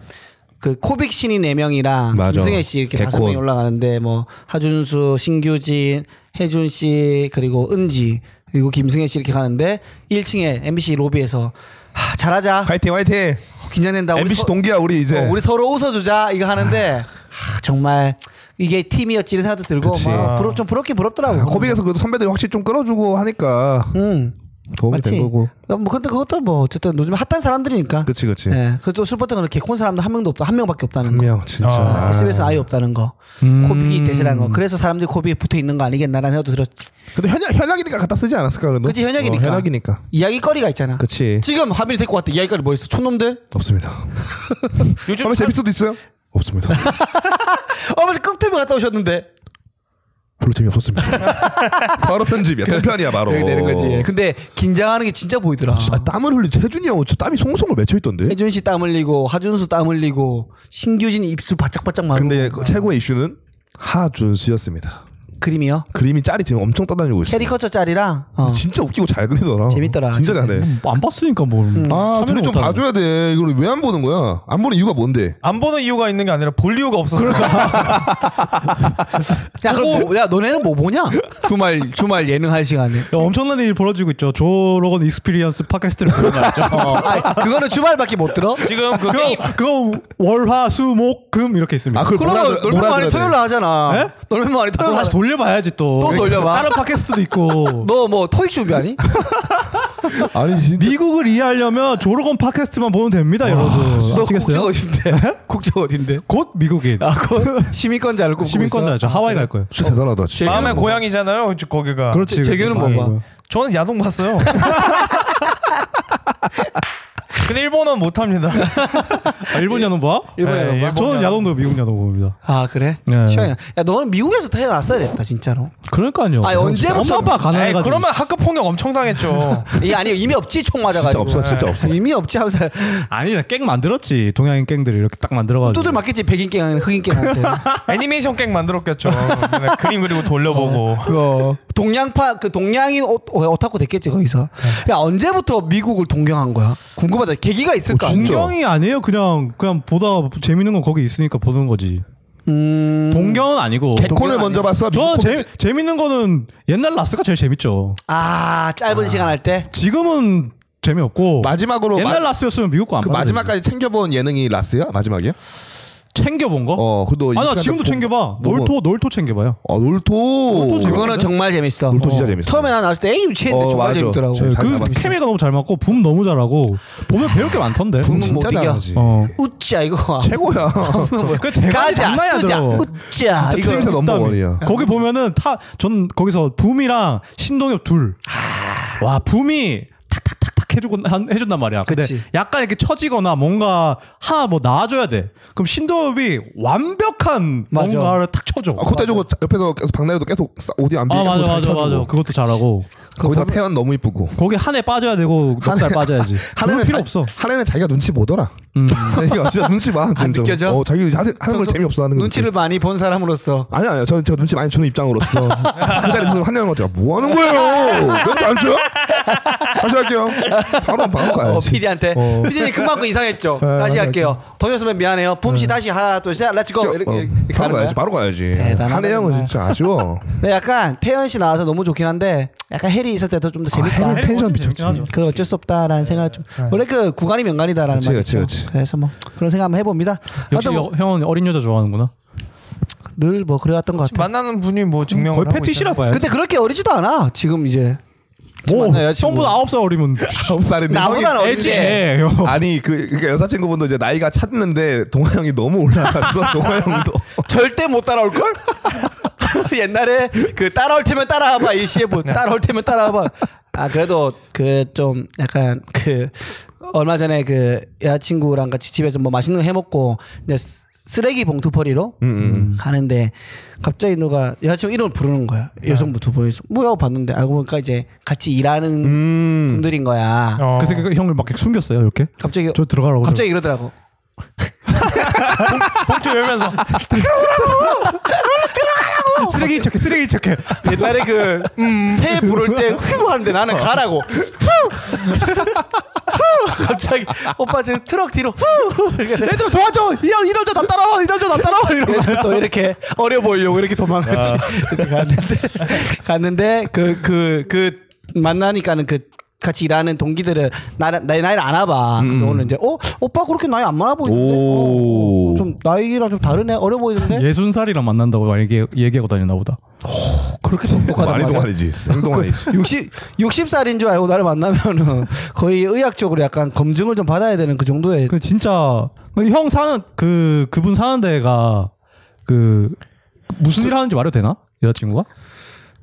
[SPEAKER 1] 그 코빅 신이 네 명이랑
[SPEAKER 3] 맞아.
[SPEAKER 1] 김승혜 씨 이렇게 다섯
[SPEAKER 3] 개콘.
[SPEAKER 1] 명이 올라가는데 뭐 하준수, 신규진, 혜준 씨 그리고 은지 그리고 김승혜 씨 이렇게 가는데 1층에 MBC 로비에서 하, 잘하자
[SPEAKER 3] 화이팅 화이팅.
[SPEAKER 1] 긴장된다 우리
[SPEAKER 3] MBC
[SPEAKER 1] 서-
[SPEAKER 3] 동기야 우리 이제. 아.
[SPEAKER 1] 어, 우리 서로 웃어주자 이거 하는데 하, 정말 이게 팀이었지 이런 생각도 들고
[SPEAKER 3] 그치.
[SPEAKER 1] 막 부럽 좀 부럽긴 부럽더라고.
[SPEAKER 3] 아, 코빅에서 그래도 선배들이 확실히 좀 끌어주고 하니까
[SPEAKER 1] 음
[SPEAKER 3] 도움이
[SPEAKER 1] 맞지.
[SPEAKER 3] 된 거고.
[SPEAKER 1] 어, 뭐 근데 그것도 뭐 어쨌든 요즘 핫한 사람들이니까.
[SPEAKER 3] 그치 그치.
[SPEAKER 1] 예. 그것도 슬펐던 거는 개콘 사람도 한 명도 없다 한 명밖에 없다는 거.
[SPEAKER 3] 분명 진짜.
[SPEAKER 2] 아.
[SPEAKER 1] SBS는 아예 없다는 거.
[SPEAKER 3] 음.
[SPEAKER 1] 코빅이 대신한 거. 그래서 사람들이 코빅에 붙어 있는 거 아니겠나라는 생각도 들었지.
[SPEAKER 3] 근데 현역 현역이니까 갖다 쓰지 않았을까 그래도.
[SPEAKER 1] 그치, 현역이니까.
[SPEAKER 3] 어, 현역이니까.
[SPEAKER 1] 이야기거리가 있잖아.
[SPEAKER 3] 그치.
[SPEAKER 1] 지금 화면이 데리고 왔다. 이야기거리 뭐 있어? 촌놈들?
[SPEAKER 3] 없습니다.
[SPEAKER 2] 요즘
[SPEAKER 3] 그러면
[SPEAKER 2] 참-
[SPEAKER 3] 재밌어도 있어요? 없습니다.
[SPEAKER 1] 어머니 끙태비 갔다 오셨는데.
[SPEAKER 3] 별로 재미 없었습니다. 바로 편집이야. 동편이야 바로.
[SPEAKER 1] 여기 되는 거지. 그- 근데 긴장하는 게 진짜 보이더라.
[SPEAKER 3] 아, 땀을 흘리지 혜준이 형 진짜 땀이 송송을 맺혀 있던데.
[SPEAKER 1] 혜준 씨 땀 흘리고 하준수 땀 흘리고 신규진 입술 바짝바짝 마르고
[SPEAKER 3] 근데 그 최고의 이슈는 하준 씨였습니다.
[SPEAKER 1] 그림이요.
[SPEAKER 3] 그림이 짤이 지금 엄청 떠다니고 있어.
[SPEAKER 1] 캐리커처 짤이랑 어.
[SPEAKER 3] 진짜 웃기고 잘 그리더라.
[SPEAKER 1] 재밌더라,
[SPEAKER 3] 진짜
[SPEAKER 1] 진짜.
[SPEAKER 3] 잘해.
[SPEAKER 4] 안 봤으니까 뭘.
[SPEAKER 3] 아,
[SPEAKER 4] 참여를
[SPEAKER 3] 둘이 좀
[SPEAKER 4] 음. 못하고.
[SPEAKER 3] 봐줘야 돼. 이걸 왜 안 보는 거야? 안 보는 이유가 뭔데?
[SPEAKER 2] 안 보는 이유가 있는 게 아니라 볼 이유가 없어서
[SPEAKER 1] 그러니까. 야, 그럼 뭐, 야 너네는 뭐 보냐? 주말 주말 예능 할 시간에. 어,
[SPEAKER 4] 야, 엄청난 일이 벌어지고 있죠. 조로건 익스피리언스 팟캐스트를 보는 거 알죠?
[SPEAKER 1] 아, 그거는 주말밖에 못 들어.
[SPEAKER 2] 지금 그 게임
[SPEAKER 4] 그거 월화수목금 이렇게 있습니다.
[SPEAKER 3] 아, 그걸 몰아,
[SPEAKER 1] 그러면 놀면 많이 토요일 날 하잖아.
[SPEAKER 4] 예?
[SPEAKER 1] 놀면 많이
[SPEAKER 4] 또
[SPEAKER 1] 토요일 날.
[SPEAKER 4] 다시 돌려봐야지 또.
[SPEAKER 1] 또 돌려봐.
[SPEAKER 4] 다른 팟캐스트도 있고.
[SPEAKER 1] 너뭐 토익 준비하니?
[SPEAKER 3] 아니 진짜
[SPEAKER 4] 미국을 이해하려면 조로건 팟캐스트만 보면 됩니다, 여러분.
[SPEAKER 1] 아, 너 국적
[SPEAKER 4] 아시겠어요?
[SPEAKER 1] 어딘데? 국적 어딘데?
[SPEAKER 4] 곧 미국인.
[SPEAKER 1] 아, 그 시민권자 알고
[SPEAKER 4] 시민권자죠.
[SPEAKER 1] 아,
[SPEAKER 4] 하와이
[SPEAKER 1] 네.
[SPEAKER 4] 갈 거예요.
[SPEAKER 3] 진짜 대단하다. 진짜.
[SPEAKER 2] 마음의 고향이잖아요. 저- 거기가.
[SPEAKER 4] 그렇지.
[SPEAKER 1] 재규는
[SPEAKER 4] 그렇지.
[SPEAKER 1] 뭐 봐?
[SPEAKER 2] 저는 야동 봤어요. 근데 일본어는 못합니다.
[SPEAKER 4] 아, 일본 야동 봐?
[SPEAKER 1] 일본 뭐? 야동
[SPEAKER 4] 예,
[SPEAKER 1] 봐?
[SPEAKER 4] 저는 야동도 미국 야동 봅니다.
[SPEAKER 1] 아 그래?
[SPEAKER 4] 네.
[SPEAKER 1] 취향이야. 야 너는 미국에서 태어났어야 됐다 진짜로.
[SPEAKER 4] 그러니까요.
[SPEAKER 1] 아니, 언제부터-
[SPEAKER 4] 엄마 아빠
[SPEAKER 2] 에이,
[SPEAKER 4] 가난해가지고.
[SPEAKER 2] 그러면 학급 폭력 엄청 당했죠.
[SPEAKER 1] 이 아니 이미 없지 총
[SPEAKER 3] 진짜
[SPEAKER 1] 맞아가지고.
[SPEAKER 3] 없어.
[SPEAKER 4] 네.
[SPEAKER 3] 진짜 없어.
[SPEAKER 1] 이미 없지 하면서
[SPEAKER 4] 아니야, 깽 만들었지. 동양인 깽들이 이렇게 딱 만들어가지고.
[SPEAKER 1] 두들 맞겠지 백인 깽 아니라 흑인 깽한테.
[SPEAKER 2] 애니메이션 갱 만들었겠죠. 맨날 그림 그리고 돌려보고.
[SPEAKER 1] 그거 동양파 그 동양인 오, 오, 타쿠 됐겠지 거기서.
[SPEAKER 3] 네.
[SPEAKER 1] 야 언제부터 미국을 동경한 거야? 궁금하다. 계기가 있을까?
[SPEAKER 3] 어, 진짜.
[SPEAKER 4] 동경이 아니에요. 그냥 그냥 보다 재밌는 건 거기 있으니까 보는 거지.
[SPEAKER 1] 음.
[SPEAKER 4] 동경은 아니고.
[SPEAKER 3] 개콘을 먼저 봤어.
[SPEAKER 4] 저
[SPEAKER 3] 미국
[SPEAKER 4] 재, 재밌는 거는 옛날 라스가 제일 재밌죠.
[SPEAKER 1] 아 짧은 시간 할 때.
[SPEAKER 4] 지금은 재미없고
[SPEAKER 3] 마지막으로 마-
[SPEAKER 4] 어. 옛날 라스였으면 미국 거안
[SPEAKER 3] 그
[SPEAKER 4] 봐도
[SPEAKER 3] 마지막까지 챙겨본 예능이 라스야? 마지막이야?
[SPEAKER 4] 되지. 챙겨본 거?
[SPEAKER 3] 어, 그래도
[SPEAKER 4] 아 나
[SPEAKER 3] 이 시간대
[SPEAKER 4] 지금도
[SPEAKER 3] 보-
[SPEAKER 4] 챙겨봐.
[SPEAKER 3] 뭐-
[SPEAKER 4] 놀토 놀토 챙겨봐요.
[SPEAKER 3] 어, 놀토.
[SPEAKER 4] 놀토 재밌어.
[SPEAKER 1] 그거는 정말 재밌어.
[SPEAKER 3] 놀토 진짜
[SPEAKER 1] 어.
[SPEAKER 3] 재밌어.
[SPEAKER 1] 처음에 난 나왔을 때 에이 유치했는데
[SPEAKER 3] 어,
[SPEAKER 1] 정말
[SPEAKER 3] 맞아.
[SPEAKER 1] 재밌더라고.
[SPEAKER 3] 재- 잘
[SPEAKER 4] 그
[SPEAKER 3] 잡았어.
[SPEAKER 4] 케미가 너무 잘 맞고 붐 너무 잘하고 보면 배울 게 많던데.
[SPEAKER 1] 붐은
[SPEAKER 3] 진짜
[SPEAKER 1] 못 이겨.
[SPEAKER 3] 잘하지.
[SPEAKER 4] 어.
[SPEAKER 1] 웃자 이거.
[SPEAKER 3] 최고야.
[SPEAKER 4] 그 제가
[SPEAKER 1] 가자
[SPEAKER 4] 장난이
[SPEAKER 1] 쓰자
[SPEAKER 4] 아니더라고.
[SPEAKER 1] 웃자
[SPEAKER 3] 진짜 트임새
[SPEAKER 1] 이거.
[SPEAKER 3] 넘버 원이야.
[SPEAKER 4] 거기 보면은 타 전 거기서 붐이랑 신동엽 둘.
[SPEAKER 3] 아.
[SPEAKER 4] 와 붐이 탁탁탁탁 해주고 한- 해준단 말이야. 근데
[SPEAKER 1] 그치.
[SPEAKER 4] 약간 이렇게 처지거나 뭔가 하나 뭐 나아줘야 돼. 그럼 신동엽이 완벽한
[SPEAKER 1] 맞아.
[SPEAKER 4] 뭔가를 탁 쳐줘.
[SPEAKER 3] 아, 그때 저거 옆에서 계속 박나래도 계속 싸- 어디 안
[SPEAKER 4] 아
[SPEAKER 3] 비리고
[SPEAKER 4] 맞아
[SPEAKER 3] 잘
[SPEAKER 4] 맞아
[SPEAKER 3] 쳐주고.
[SPEAKER 4] 맞아. 그것도 잘하고.
[SPEAKER 3] 거기다 태연 너무 이쁘고.
[SPEAKER 4] 거기 한 해 빠져야 되고 넉살 빠져야지. 그럴 필요
[SPEAKER 3] 자-
[SPEAKER 4] 없어. 음.
[SPEAKER 3] 한해는 자기가 눈치 보더라. 자기가 진짜 눈치 봐. 진짜.
[SPEAKER 1] 느껴져?
[SPEAKER 3] 어, 자기 하는, 하는 걸 재미없어 하는 거.
[SPEAKER 1] 눈치를 많이 본 사람으로서
[SPEAKER 3] 아니 아니요 저는 제가 눈치 많이 주는 입장으로서 그 자리에서 한영은 제가 뭐 하는 거예요? 멘트 안 줘요? 다시 할게요. 바로 바로
[SPEAKER 1] 어,
[SPEAKER 3] 가야지.
[SPEAKER 1] PD한테
[SPEAKER 3] 어. 아,
[SPEAKER 1] PD님 그만큼 이상했죠. 다시 할게요. 동현 선배 미안해요. 붐씨 다시 하나 둘셋 렛츠고
[SPEAKER 3] 네. 어,
[SPEAKER 1] 이렇게, 이렇게
[SPEAKER 3] 바로
[SPEAKER 1] 가는 거야.
[SPEAKER 3] 가야지. 바로 가야지.
[SPEAKER 1] 대단하다,
[SPEAKER 3] 한혜영은
[SPEAKER 1] 정말.
[SPEAKER 3] 진짜 아쉬워.
[SPEAKER 1] 근데 약간 태연 씨 나와서 너무 좋긴 한데 약간 해리 있을 때도 좀 더 재밌다.
[SPEAKER 3] 아, 해리 텐션
[SPEAKER 4] 꽂히면
[SPEAKER 3] 미쳤지.
[SPEAKER 4] 좋긴 하죠.
[SPEAKER 1] 그걸 어쩔 수 없다라는 생각 좀 원래 그 구간이 명간이다라는
[SPEAKER 3] 그치,
[SPEAKER 1] 말이죠.
[SPEAKER 3] 그치, 그치.
[SPEAKER 1] 래서뭐 그런 생각 한번 해봅니다.
[SPEAKER 4] 역시
[SPEAKER 1] 하여튼 뭐
[SPEAKER 4] 여- 형은 어린 여자 좋아하는구나.
[SPEAKER 1] 늘 뭐 그래왔던 것 같아.
[SPEAKER 2] 만나는 분이 뭐 증명을
[SPEAKER 4] 거의
[SPEAKER 2] 하고
[SPEAKER 4] 패티시라
[SPEAKER 2] 있잖아요.
[SPEAKER 4] 봐요.
[SPEAKER 1] 근데 그렇게 어리지도 않아. 지금 이제
[SPEAKER 4] 오,
[SPEAKER 1] 만나요, 친구.
[SPEAKER 4] 뭐 형보다 아홉 살 어리면
[SPEAKER 3] 아홉 살인데.
[SPEAKER 1] 나보다
[SPEAKER 3] 형이-
[SPEAKER 1] 어리지.
[SPEAKER 4] 예, 형.
[SPEAKER 3] 아니 그 그러니까 여자친구분도 이제 나이가 찼는데 동아 형이 너무 올라갔어. 동아 형도.
[SPEAKER 1] 절대 못 따라올 걸? 옛날에 그 따라올 테면 따라와봐 이 CF
[SPEAKER 4] 네.
[SPEAKER 1] 따라올 테면 따라와봐. 아 그래도 그 좀 약간 그 얼마 전에 그 여자친구랑 같이 집에서 뭐 맛있는 거 해먹고 이제 쓰- 쓰레기 봉투 퍼리로
[SPEAKER 4] 음,
[SPEAKER 1] 가는데 갑자기 누가 여자친구 이름을 부르는 거야
[SPEAKER 4] 네.
[SPEAKER 1] 여성부 두 분이서 뭐야 봤는데 알고 보니까 이제 같이 일하는
[SPEAKER 3] 음.
[SPEAKER 1] 분들인 거야.
[SPEAKER 2] 어.
[SPEAKER 4] 그래서 그 형을 막 이렇게 숨겼어요 이렇게.
[SPEAKER 1] 갑자기
[SPEAKER 4] 저 들어가라고.
[SPEAKER 1] 갑자기 이러더라고.
[SPEAKER 2] 봉투 열면서
[SPEAKER 4] 쓰레기인 척해 쓰레기인 척해.
[SPEAKER 1] 옛날에 그, 새 부를 때 휘부 하는데 나는 가라고. 후! 갑자기, 오빠 지금 트럭 뒤로 후! 이렇게
[SPEAKER 4] 애들 도와줘. 이 형, 이 남자 나 따라와. 이 남자 나 따라와. 이러고. 아.
[SPEAKER 1] 그래서 또 이렇게 어려 보이려고 이렇게 도망갔지. 이렇게 갔는데, 갔는데, 그, 그, 그, 만나니까는 그, 같이 일하는 동기들은 나, 나의 나이를 안 와봐.
[SPEAKER 4] 음.
[SPEAKER 1] 근데 오늘 이제, 어? 오빠 그렇게 나이 안 많아 보이는데?
[SPEAKER 3] 오.
[SPEAKER 1] 어, 좀 나이랑 좀 다르네? 어려 보이는데?
[SPEAKER 4] 예순 살이랑 만난다고 막 얘기 얘기하고 다니나 보다.
[SPEAKER 1] 뭐 그렇게 똑똑하단
[SPEAKER 3] 많이
[SPEAKER 1] 말이야.
[SPEAKER 3] 동안이지.
[SPEAKER 4] 그,
[SPEAKER 3] 생동안이지.
[SPEAKER 1] 60, 60살인 줄 알고 나를 만나면은 거의 의학적으로 약간 검증을 좀 받아야 되는 그 정도의
[SPEAKER 4] 그 진짜 그형 사는 그 그분 사는 데가 그 무슨 일 하는지 말해도 되나 여자친구가?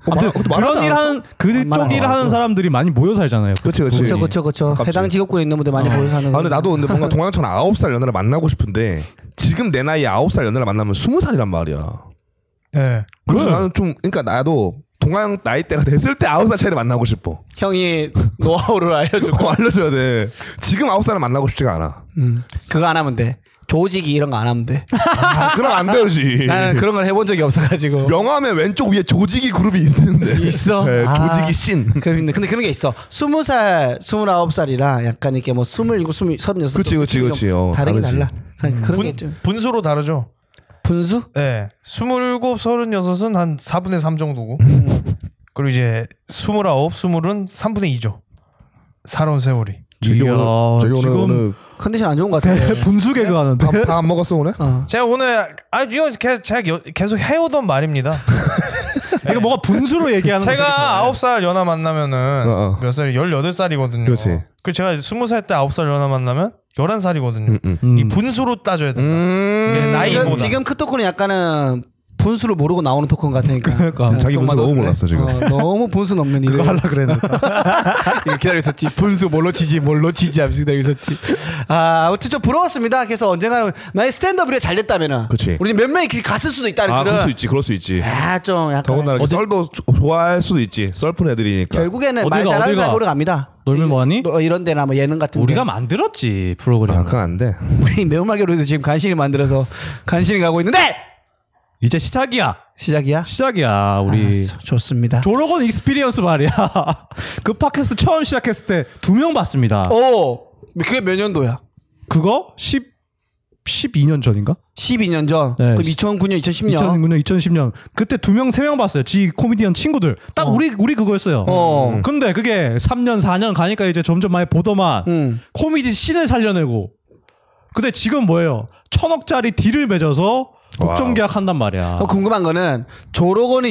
[SPEAKER 1] 어,
[SPEAKER 4] 아무튼 그런 일 하는 그쪽
[SPEAKER 1] 말하지
[SPEAKER 4] 일
[SPEAKER 1] 않았고.
[SPEAKER 4] 하는 사람들이 많이 모여 살잖아요. 그
[SPEAKER 3] 그렇지 그렇지.
[SPEAKER 1] 그쵸 그쵸 그쵸
[SPEAKER 3] 갑자기.
[SPEAKER 1] 해당 직업군에 있는 분들 많이 보여서 하는
[SPEAKER 3] 예. 아 근데 나도 근데 뭔가 동양처럼 아홉 살 연애를 만나고 싶은데 지금 내 나이에 아홉 살 연애를 만나면 스무 살이란 말이야.
[SPEAKER 2] 예.
[SPEAKER 3] 그래서 나는 좀 그러니까 나도 동양 나이대가 됐을 때 아홉 살 차이를 만나고 싶어.
[SPEAKER 1] 형이 노하우를 알려줄
[SPEAKER 3] 그거 알려줘야 돼. 지금 아홉 살을 만나고 싶지가 않아.
[SPEAKER 1] 음, 그거 안 하면 돼 조직이 이런 거 안 하면 돼
[SPEAKER 3] 아, 그럼 안 되지.
[SPEAKER 1] 나는 그런 걸 해본 적이 없어가지고
[SPEAKER 3] 명함의 왼쪽 위에 조직이 그 그룹이 있는데.
[SPEAKER 1] 있어?
[SPEAKER 3] 네,
[SPEAKER 1] 아.
[SPEAKER 3] 조직이 씬.
[SPEAKER 1] 그럼 근데 그런 게 있어 스무 살 스물아홉 살이랑 약간 이렇게 뭐 스물일곱 스물 서른여섯
[SPEAKER 3] 그치, 그치, 그치. 어,
[SPEAKER 1] 다르긴
[SPEAKER 3] 다르지.
[SPEAKER 1] 달라 그러니까 그냥 그런
[SPEAKER 2] 분,
[SPEAKER 1] 게좀
[SPEAKER 2] 분수로 다르죠.
[SPEAKER 1] 분수
[SPEAKER 2] 예. 27, 36은 한 4분의 3 정도고. 그리고 이제 29, 20은 3분의 2죠. 살아온 세월이.
[SPEAKER 4] 이야, 지금
[SPEAKER 1] 컨디션 안 좋은 것
[SPEAKER 3] 네,
[SPEAKER 1] 같아
[SPEAKER 4] 네, 분수 개그 하는데
[SPEAKER 3] 다안 먹었어 오늘?
[SPEAKER 1] 어.
[SPEAKER 2] 제가 오늘 아 이건 계속 제가 여- 계속 해오던 말입니다.
[SPEAKER 4] 이거 뭐가 분수로 얘기하는 거 되게
[SPEAKER 2] 제가 아홉 살 연하 만나면은
[SPEAKER 3] 어, 어.
[SPEAKER 2] 몇 살이 18살이거든요.
[SPEAKER 3] 그렇지.
[SPEAKER 2] 그 제가 스무 살 때 아홉 살 연하 만나면 11살이거든요.
[SPEAKER 3] 음, 음.
[SPEAKER 2] 이 분수로 따져야 된다. 이게
[SPEAKER 3] 음.
[SPEAKER 1] 지금,
[SPEAKER 2] 나이보다.
[SPEAKER 1] 지금 그 토크는 약간은 분수를 모르고 나오는 토큰 같으니까.
[SPEAKER 4] 그러니까.
[SPEAKER 1] 좀
[SPEAKER 3] 자기 분수
[SPEAKER 1] 좀만 더
[SPEAKER 3] 너무
[SPEAKER 1] 그래.
[SPEAKER 3] 몰랐어, 지금.
[SPEAKER 1] 어, 너무 분수 넘는 일을
[SPEAKER 4] 그거 하려 그랬는데
[SPEAKER 1] 이거 기다리고 있었지. 분수 뭘로 치지, 뭘로 치지 하면서 기다리고 있었지. 아, 아무튼 좀 부러웠습니다. 그래서 언젠가는 만약 스탠드업 이래 잘 됐다면은.
[SPEAKER 3] 그치.
[SPEAKER 1] 우리 지금 몇 명이 그렇게 갔을 수도 있다는
[SPEAKER 3] 아 그럴 수
[SPEAKER 1] 그런.
[SPEAKER 3] 있지, 그럴 수 있지.
[SPEAKER 1] 아, 좀 약간.
[SPEAKER 3] 더군다나 이렇게 썰도 조- 좋아할 수도 있지. 썰픈 애들이니까.
[SPEAKER 1] 결국에는 말
[SPEAKER 4] 어디가,
[SPEAKER 1] 잘하는
[SPEAKER 4] 어디가?
[SPEAKER 1] 사람으로 갑니다.
[SPEAKER 4] 놀면 뭐하니?
[SPEAKER 1] 이- 너- 이런 데나 뭐 예능 같은
[SPEAKER 4] 우리가
[SPEAKER 1] 데.
[SPEAKER 4] 만들었지 프로그램.
[SPEAKER 3] 아 그건 안 돼.
[SPEAKER 1] 우리 매운말개로도 지금 간신히 만들어서 간신히 가고 있는데!
[SPEAKER 4] 이제 시작이야.
[SPEAKER 1] 시작이야?
[SPEAKER 4] 시작이야 우리.
[SPEAKER 1] 알았어. 좋습니다.
[SPEAKER 4] 조로건 익스피리언스 말이야. 그 팟캐스트 처음 시작했을 때 두 명 봤습니다.
[SPEAKER 1] 오! 그게 몇 년도야?
[SPEAKER 4] 그거 10 12년 전인가?
[SPEAKER 1] 12년 전.
[SPEAKER 4] 네.
[SPEAKER 1] 그럼 2009년, 2010년.
[SPEAKER 4] 2009년, 2010년 그때 두 명, 세 명 봤어요. 지 코미디언 친구들 딱 우리 우리 그거였어요.
[SPEAKER 1] 어. 음.
[SPEAKER 4] 근데 그게 3년, 4년 가니까 이제 점점 많이 보더만
[SPEAKER 1] 음.
[SPEAKER 4] 코미디 씬을 살려내고. 근데 지금 뭐예요? 천억짜리 딜을 맺어서
[SPEAKER 3] 와우.
[SPEAKER 4] 독점 계약한단 말이야.
[SPEAKER 1] 더 궁금한 거는 조로건이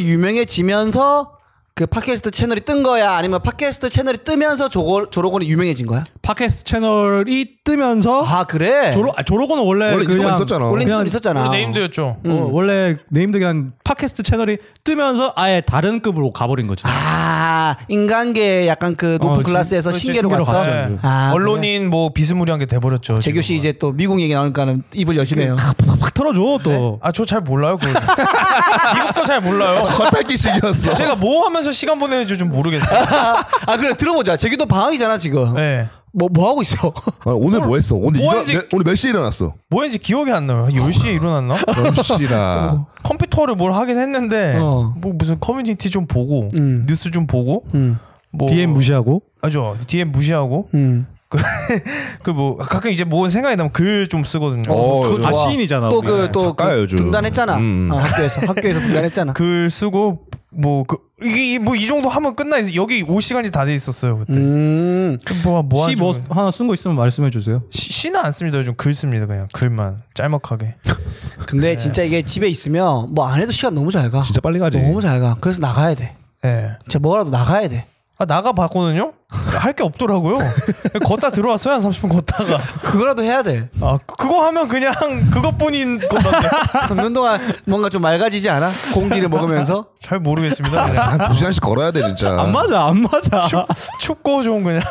[SPEAKER 1] 유명해지면서 그 팟캐스트 채널이 뜬 거야? 아니면 팟캐스트 채널이 뜨면서 조거, 조로건이 유명해진 거야?
[SPEAKER 4] 팟캐스트 채널이 뜨면서
[SPEAKER 1] 아, 그래?
[SPEAKER 4] 조로 아, 조로건 원래,
[SPEAKER 3] 원래
[SPEAKER 4] 그냥
[SPEAKER 3] 이거 있었잖아.
[SPEAKER 1] 원래
[SPEAKER 4] 그냥
[SPEAKER 1] 채널 있었잖아.
[SPEAKER 2] 네임드였죠.
[SPEAKER 4] 어, 원래 네임드 그냥 팟캐스트 채널이 뜨면서 아예 다른 급으로 가버린 거지.
[SPEAKER 1] 아, 인간계 약간 그 높은
[SPEAKER 4] 어, 진-
[SPEAKER 1] 클래스에서
[SPEAKER 4] 그렇지,
[SPEAKER 1] 신계로
[SPEAKER 4] 신계로
[SPEAKER 1] 갔어?
[SPEAKER 4] 갔죠, 이제.
[SPEAKER 1] 아, 그래.
[SPEAKER 2] 언론인 뭐 비스무리한 게 돼버렸죠.
[SPEAKER 1] 재규 씨 이제 또 미국 얘기 나오니까는 입을 여시네요.
[SPEAKER 4] 팍 털어줘 또.
[SPEAKER 2] 아저 잘 몰라요. 그걸. 이것도 잘 몰라요.
[SPEAKER 3] 겉핥기식이었어.
[SPEAKER 2] 제가 뭐 하면서 시간 보내는지 좀 모르겠어요.
[SPEAKER 1] 아, 그래 들어보자. 재규도 방학이잖아 지금.
[SPEAKER 2] 네.
[SPEAKER 1] 뭐, 뭐 하고 있어?
[SPEAKER 3] 아, 오늘 뭐 했어? 오늘
[SPEAKER 2] 뭐
[SPEAKER 3] 일어,
[SPEAKER 2] 했지?
[SPEAKER 3] 몇- 오늘 몇 시에 일어났어?
[SPEAKER 2] 뭐했는지 기억이 안 나요. 한 10시에 일어났나?
[SPEAKER 3] 몇 시라.
[SPEAKER 2] 컴퓨터를 뭘 하긴 했는데
[SPEAKER 1] 어.
[SPEAKER 2] 뭐 무슨 커뮤니티 좀 보고
[SPEAKER 1] 음.
[SPEAKER 2] 뉴스 좀 보고
[SPEAKER 1] 음.
[SPEAKER 2] 뭐
[SPEAKER 4] DM 무시하고
[SPEAKER 2] 아죠 DM 무시하고
[SPEAKER 1] 음.
[SPEAKER 2] 그 뭐 가끔 이제 뭐 생각이 나면 글 좀 쓰거든요.
[SPEAKER 3] 어,
[SPEAKER 2] 그-
[SPEAKER 3] 요즘-
[SPEAKER 4] 아 시인이잖아.
[SPEAKER 1] 또
[SPEAKER 4] 우리.
[SPEAKER 1] 그 또
[SPEAKER 3] 작가야, 요즘.
[SPEAKER 1] 등단했잖아.
[SPEAKER 3] 음.
[SPEAKER 1] 어, 학교에서 학교에서 등단했잖아.
[SPEAKER 2] 글 쓰고 뭐 그 이게 뭐 이 정도 하면 끝나 있어. 여기 올 시간이 다 돼 있었어요 그때.
[SPEAKER 1] 음.
[SPEAKER 2] 뭐뭐
[SPEAKER 4] 시 뭐 하나 쓴 거 있으면 말씀해 주세요.
[SPEAKER 2] 시는 안 씁니다. 요즘 글 씁니다. 그냥 글만 짤막하게.
[SPEAKER 1] 근데 진짜 이게 집에 있으면 뭐 안 해도 시간 너무 잘 가.
[SPEAKER 3] 진짜 빨리 가지.
[SPEAKER 1] 너무 잘 가. 그래서 나가야 돼.
[SPEAKER 2] 예.
[SPEAKER 1] 진짜 뭐라도 나가야 돼.
[SPEAKER 2] 아 나가 봤거든요. 할 게 없더라고요. 걷다 들어왔어요 한 30분 걷다가.
[SPEAKER 1] 그거라도 해야 돼.
[SPEAKER 2] 아 그- 그거 하면 그냥 그것뿐인 건데.
[SPEAKER 1] 걷는 동안 뭔가 좀 맑아지지 않아? 공기를 먹으면서.
[SPEAKER 2] 잘 모르겠습니다. 네. 그냥.
[SPEAKER 3] 한 두 시간씩 걸어야 돼 진짜.
[SPEAKER 4] 안 맞아, 안 맞아.
[SPEAKER 2] 춥고 좀 그냥.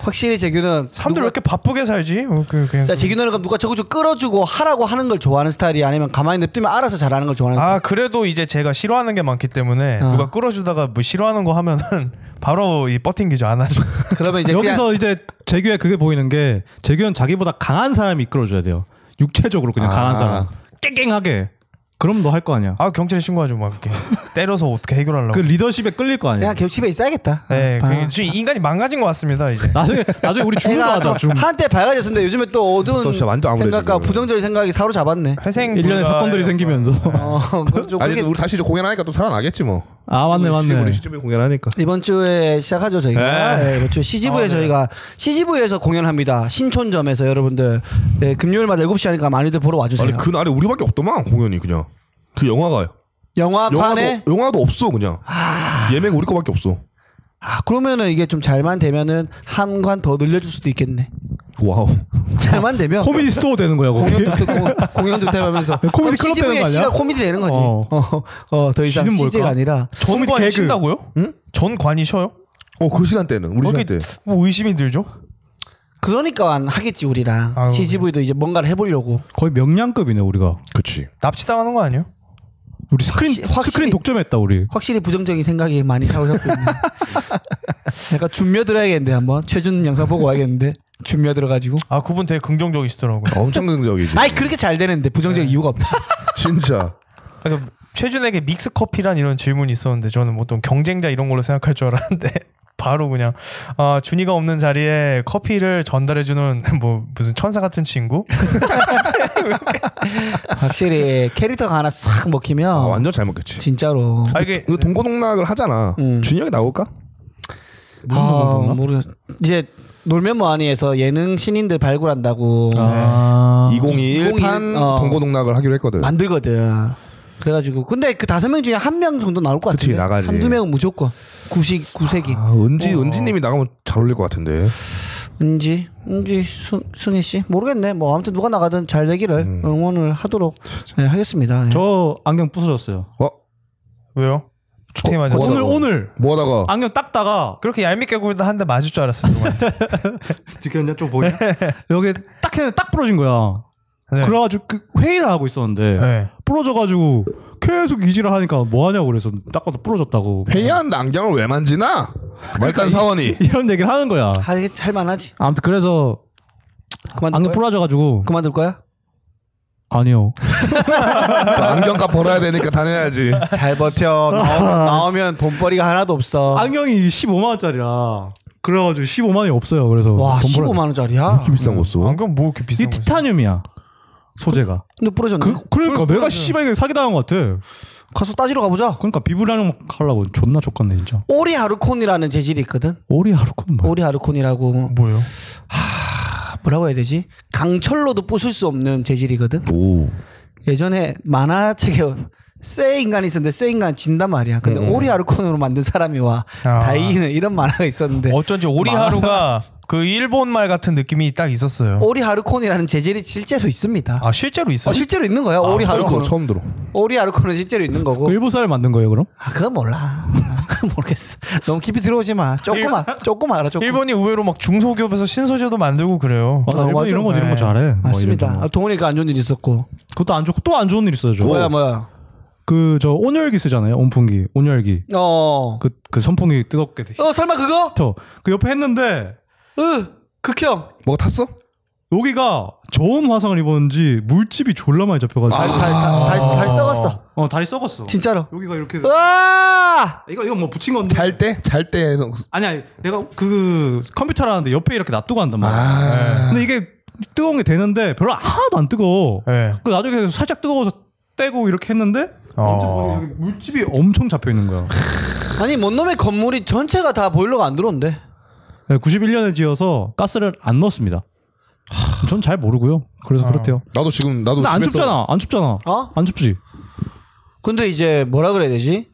[SPEAKER 1] 확실히 재규는
[SPEAKER 2] 사람들
[SPEAKER 1] 누가-
[SPEAKER 2] 왜 이렇게 바쁘게 살지? 어, 그 그냥.
[SPEAKER 1] 자, 재규는 그럼 누가 저거 좀 끌어주고 하라고 하는 걸 좋아하는 스타일이 아니면 가만히 냅두면 알아서 잘하는 걸 좋아하는
[SPEAKER 2] 아 그래도 이제 제가 싫어하는 게 많기 때문에
[SPEAKER 4] 아.
[SPEAKER 1] 어.
[SPEAKER 2] 누가 끌어주다가 뭐 싫어하는 거 하면은 바로 이 버팅기죠 안 하죠.
[SPEAKER 1] 스타일? 그러면 이제 그냥-
[SPEAKER 4] 여기서 이제 재규의 그게 보이는 게 재규는 자기보다 강한 사람이 이끌어줘야 돼요. 육체적으로 그냥
[SPEAKER 3] 아.
[SPEAKER 4] 강한 사람. 깽깽하게. 그럼 너 할 거 아니야.
[SPEAKER 2] 아 경찰에 신고하죠 막 이렇게 때려서 어떻게 해결하려고.
[SPEAKER 4] 그 리더십에 끌릴 거 아니야.
[SPEAKER 1] 그냥 걔 집에 있어야겠다.
[SPEAKER 2] 네,
[SPEAKER 1] 아,
[SPEAKER 2] 그, 지금 인간이 망가진 것 같습니다 이제.
[SPEAKER 4] 나중에 나중에 우리 죽을 거
[SPEAKER 1] 애가
[SPEAKER 4] 하자.
[SPEAKER 1] 좀
[SPEAKER 4] 죽.
[SPEAKER 1] 한때 밝아졌는데 요즘에 또 어두운
[SPEAKER 3] 또 진짜 완전 암울해지네,
[SPEAKER 1] 생각과
[SPEAKER 3] 그러면.
[SPEAKER 1] 부정적인 생각이 사로잡았네.
[SPEAKER 2] 회생
[SPEAKER 4] 일련의
[SPEAKER 2] 불가
[SPEAKER 4] 사건들이
[SPEAKER 2] 이런
[SPEAKER 4] 생기면서.
[SPEAKER 2] 거. 네.
[SPEAKER 1] 어, 그래서 좀
[SPEAKER 3] 아니
[SPEAKER 1] 그게
[SPEAKER 3] 우리 다시 이제 공연하니까 또 살아나겠지 뭐.
[SPEAKER 4] 아 맞네 맞네.
[SPEAKER 3] 우리 시즌에 공연하니까.
[SPEAKER 1] 이번 주에 시작하죠 저희가 네, 이번 주에 CGV에
[SPEAKER 2] 아, 네.
[SPEAKER 1] 저희가 CGV에서 공연합니다 신촌점에서 여러분들 네, 금요일마다 7시 하니까 많이들 보러 와주세요
[SPEAKER 3] 아니 그 날에 우리밖에 없더만 공연이 그냥. 그 영화가 아,
[SPEAKER 1] 영화관에
[SPEAKER 3] 영화도 영화도 없어 그냥. 예매가 우리 거밖에 없어.
[SPEAKER 1] 아 그러면은 이게 좀 잘만 되면은 한 관 더 늘려줄 수도 있겠네
[SPEAKER 3] 와우.
[SPEAKER 1] 잘만 되면
[SPEAKER 4] 코미디 스토어 되는 거야 거기.
[SPEAKER 1] 공연도 때- 공- 공연도 대하면서
[SPEAKER 4] 코미디 클럽 되는 거 아니야?
[SPEAKER 1] CGV가 코미디 되는 거지
[SPEAKER 4] 어.
[SPEAKER 1] 어더 이상
[SPEAKER 4] 쥐는 뭘까?
[SPEAKER 1] CG가 아니라
[SPEAKER 2] 전 관이
[SPEAKER 4] 개그.
[SPEAKER 2] 쉰다고요? 응? 전 관이 쉬어요?
[SPEAKER 3] 어그 시간대는 우리
[SPEAKER 2] 어, 이게
[SPEAKER 3] 시간대.
[SPEAKER 2] 뭐 의심이 들죠?
[SPEAKER 1] 그러니까 안 하겠지 우리랑
[SPEAKER 2] 아유.
[SPEAKER 1] CGV도 이제 뭔가를 해보려고
[SPEAKER 4] 거의 명량급이네 우리가.
[SPEAKER 3] 그치.
[SPEAKER 2] 납치당하는 거 아니에요?
[SPEAKER 4] 우리 스크린
[SPEAKER 1] 확실- 확실히- 네.
[SPEAKER 4] 스크린 독점했다 우리.
[SPEAKER 1] 확실히 부정적인 생각이 많이 사로잡고 있네. 약간 준며 들어야겠는데 한번 최준 영상 보고 와야겠는데 준며 들어가지고.
[SPEAKER 2] 아 그분 되게 긍정적이시더라고요.
[SPEAKER 3] 엄청 긍정적이지.
[SPEAKER 1] 아이 그렇게 잘 되는데
[SPEAKER 3] 네.
[SPEAKER 1] 부정적인 이유가 없지.
[SPEAKER 3] 진짜.
[SPEAKER 2] 아, 그 최준에게 믹스 커피란 이런 질문이 있었는데 저는 보통 경쟁자 이런 걸로 생각할 줄 알았는데 바로 그냥 아 준이가 없는 자리에 커피를 전달해주는 뭐 무슨 천사 같은 친구
[SPEAKER 1] 확실히 캐릭터가 하나 싹 먹히면
[SPEAKER 3] 아, 완전 잘 먹겠지.
[SPEAKER 1] 진짜로.
[SPEAKER 2] 아 이게
[SPEAKER 3] 이거 그 동고동락을 하잖아.
[SPEAKER 1] 음.
[SPEAKER 3] 준영이 나올까?
[SPEAKER 4] 무슨 운동인가?
[SPEAKER 1] 아, 모르. 이제 놀면 뭐하니에서 예능 신인들 발굴한다고
[SPEAKER 4] 아.
[SPEAKER 3] 2021
[SPEAKER 1] 2021,
[SPEAKER 3] 판
[SPEAKER 1] 어.
[SPEAKER 3] 동고동락을 하기로 했거든.
[SPEAKER 1] 만들거든. 그래가지고 근데 그 다섯 명 중에 한 명 정도 나올 것
[SPEAKER 3] 그치,
[SPEAKER 1] 같은데
[SPEAKER 3] 나가지.
[SPEAKER 1] 한두 명은 무조건 구식 구세기
[SPEAKER 3] 아, 은지
[SPEAKER 4] 어.
[SPEAKER 3] 은지님이 나가면 잘 어울릴 것 같은데.
[SPEAKER 1] 은지 은지 승, 승혜 씨 모르겠네 뭐 아무튼 누가 나가든 잘 되기를 응원을 하도록 네, 하겠습니다. 예.
[SPEAKER 4] 저 안경 부서졌어요.
[SPEAKER 3] 어
[SPEAKER 2] 왜요? 축팀 맞아.
[SPEAKER 3] 어,
[SPEAKER 4] 오늘
[SPEAKER 3] 뭐라고?
[SPEAKER 4] 오늘
[SPEAKER 3] 뭐하다가
[SPEAKER 4] 안경 닦다가
[SPEAKER 2] 그렇게 얄밉게 굴다 한 대 맞을 줄 알았어요. 누구한테.
[SPEAKER 4] 지켰냐 좀 보여. 여기 딱 했는데 딱 부러진 거야.
[SPEAKER 2] 네.
[SPEAKER 4] 그래가지고 그 회의를 하고 있었는데
[SPEAKER 2] 네.
[SPEAKER 4] 부러져가지고 계속 이질을 하니까 뭐하냐고 그래서 닦아서 부러졌다고
[SPEAKER 3] 회의하는데 안경을 왜 만지나? 말단 사원이.
[SPEAKER 4] 그러니까 이런 얘기를 하는 거야.
[SPEAKER 1] 할, 할 만하지.
[SPEAKER 4] 아무튼 그래서
[SPEAKER 1] 그만둘
[SPEAKER 4] 안경
[SPEAKER 1] 거야?
[SPEAKER 4] 부러져가지고
[SPEAKER 1] 그만둘 거야?
[SPEAKER 4] 아니요.
[SPEAKER 3] 그 안경값 벌어야 되니까 다녀야지.
[SPEAKER 1] 잘 버텨. 나오, 면 돈벌이가 하나도 없어.
[SPEAKER 4] 안경이 15만 원짜리라 그래가지고 15만 원이 없어요. 그래서
[SPEAKER 1] 와,
[SPEAKER 4] 돈 벌어야
[SPEAKER 1] 15만 원짜리야.
[SPEAKER 3] 이렇게 비싼 거 써?
[SPEAKER 2] 안경 뭐 이렇게
[SPEAKER 4] 돼.
[SPEAKER 2] 비싼
[SPEAKER 4] 이게
[SPEAKER 2] 거 있어요?
[SPEAKER 4] 티타늄이야 소재가.
[SPEAKER 1] 근데 부러졌네.
[SPEAKER 4] 그, 그러니까 내가 씨발 이거 사기당한 것 같아.
[SPEAKER 1] 가서 따지러 가보자.
[SPEAKER 4] 그러니까 비브라늄 하려고 존나 족같네 진짜.
[SPEAKER 1] 오리 하르콘이라는 재질이 있거든.
[SPEAKER 4] 오리 하루콘 뭐야?
[SPEAKER 1] 오리 하르콘이라고
[SPEAKER 2] 뭐예요?
[SPEAKER 1] 아, 뭐라고 해야 되지? 강철로도 부술 수 없는 재질이거든.
[SPEAKER 3] 오.
[SPEAKER 1] 예전에 만화책에 쇠 인간이 있었는데 쇠 인간 진단 말이야. 근데 오리 하르콘으로 만든 사람이 와
[SPEAKER 2] 음, 아.
[SPEAKER 1] 다이는 이런 만화가 있었는데
[SPEAKER 2] 네. 어쩐지 오리하루가 그 일본 말 같은 느낌이 딱 있었어요.
[SPEAKER 1] 오리 하르콘이라는 재질이 실제로 있습니다.
[SPEAKER 2] 아 실제로 있어요? 아,
[SPEAKER 1] 어, 실제로 있는 거야. 오리
[SPEAKER 3] 그거
[SPEAKER 1] 하르콘.
[SPEAKER 3] 처음 들어.
[SPEAKER 1] 오리 하르콘은 실제로 있는 거고.
[SPEAKER 4] 그 일본 사람이 만든 거예요 그럼?
[SPEAKER 1] 아 그건 몰라. 아, 그건 모르겠어. 너무 깊이 들어오지 마. 조금만, 조금만 알아. 조금.
[SPEAKER 2] 일본이 의외로 막 중소기업에서 신소재도 만들고 그래요.
[SPEAKER 4] 맞아
[SPEAKER 1] 어,
[SPEAKER 4] 일본
[SPEAKER 1] 맞아.
[SPEAKER 4] 이런 거 이런 거
[SPEAKER 2] 네.
[SPEAKER 4] 잘해. 뭐
[SPEAKER 1] 맞습니다.
[SPEAKER 4] 이런 거.
[SPEAKER 1] 아, 동훈이가 안 좋은 일 있었고.
[SPEAKER 4] 그것도 안 좋고 또 안 좋은 일 있어요 저.
[SPEAKER 1] 뭐야 뭐야.
[SPEAKER 4] 그저 온열기 쓰잖아요 온풍기 온열기.
[SPEAKER 1] 어.
[SPEAKER 4] 그, 그 선풍기 뜨겁게 히터
[SPEAKER 1] 어 설마 그거?
[SPEAKER 4] 그 옆에 했는데
[SPEAKER 1] 으 극혐.
[SPEAKER 3] 뭐 탔어?
[SPEAKER 4] 여기가 저온 화상을 입었는지 물집이 졸라 많이 잡혀가지고
[SPEAKER 1] 달, 달, 달, 달, 달 썩었어.
[SPEAKER 4] 어 다리 썩었어.
[SPEAKER 1] 아. 진짜로. 아.
[SPEAKER 4] 여기가 이렇게 돼서-
[SPEAKER 1] 으아!
[SPEAKER 4] 이거 이거 뭐 붙인 건데.
[SPEAKER 3] 잘 때? 잘 때는
[SPEAKER 4] 아니 아니 내가 그 컴퓨터라는데 옆에 이렇게 놔두고 한단 말이야.
[SPEAKER 3] 아.
[SPEAKER 4] 근데 이게 뜨거운 게 되는데 별로 하나도 안 뜨거워.
[SPEAKER 2] 예.
[SPEAKER 4] 그 나중에 살짝 뜨거워서 떼고 이렇게 했는데 완전
[SPEAKER 2] 어.
[SPEAKER 4] 보니 여기 물집이 엄청 잡혀 있는 거야.
[SPEAKER 1] 아니 뭔놈의 건물이 전체가 다 보일러가 안 들어온대.
[SPEAKER 4] 91년에 네, 지어서 가스를 안 넣었습니다. 전 잘 모르고요. 그래서 그렇대요.
[SPEAKER 3] 나도 지금 나도
[SPEAKER 4] 근데 안
[SPEAKER 3] 아. 집에서-
[SPEAKER 4] 춥잖아. 안 춥잖아.
[SPEAKER 1] 어?
[SPEAKER 4] 안 춥지.
[SPEAKER 1] 근데 이제 뭐라 그래야 되지?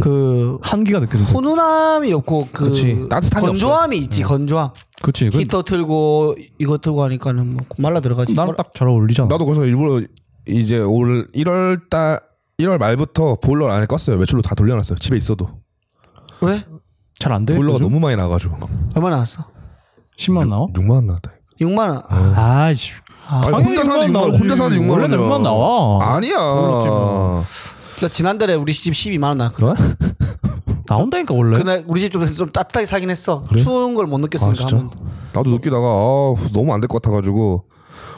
[SPEAKER 1] 그
[SPEAKER 4] 한기가 느껴진다.
[SPEAKER 1] 훈훈함이 없고 그
[SPEAKER 3] 그치. 따뜻한 게
[SPEAKER 1] 건조함이 있지 건조함.
[SPEAKER 4] 그렇지.
[SPEAKER 1] 히터 틀고 이거 틀고 하니까는 뭐 말라 들어가지.
[SPEAKER 4] 나랑 딱 잘 어울리잖아.
[SPEAKER 3] 나도 그래서 일부러 이제 올 1월 달 1월 말부터 보일러를 안에 껐어요. 외출로 다 돌려놨어요. 집에 있어도
[SPEAKER 1] 왜?
[SPEAKER 4] 잘 안 돼.
[SPEAKER 3] 보일러가
[SPEAKER 4] 요즘?
[SPEAKER 3] 너무 많이 나가지고
[SPEAKER 1] 얼마 나왔어?
[SPEAKER 4] 10만 원 나와?
[SPEAKER 3] 6만 원 나왔다.
[SPEAKER 1] 6만 원.
[SPEAKER 4] 아이씨.
[SPEAKER 3] 아니,
[SPEAKER 4] 당연히
[SPEAKER 3] 혼자 사는데
[SPEAKER 4] 육만
[SPEAKER 3] 6만 원,
[SPEAKER 4] 나오지.
[SPEAKER 3] 혼자 사는데 6만 아?
[SPEAKER 4] 원래
[SPEAKER 3] 원이야.
[SPEAKER 4] 육만 나와. 뭐.
[SPEAKER 3] 아니야.
[SPEAKER 1] 나 그러니까 지난달에 우리 집 12만 원 나왔거든.
[SPEAKER 3] 그래?
[SPEAKER 4] 나온다니까 원래.
[SPEAKER 1] 그날 우리 집 좀 좀 따뜻하게 살긴 했어. 추운 걸 못
[SPEAKER 3] 아
[SPEAKER 1] 느꼈으니까.
[SPEAKER 3] 진짜?
[SPEAKER 1] 한 번도.
[SPEAKER 3] 나도 느끼다가 아, 너무 안 될 것 같아가지고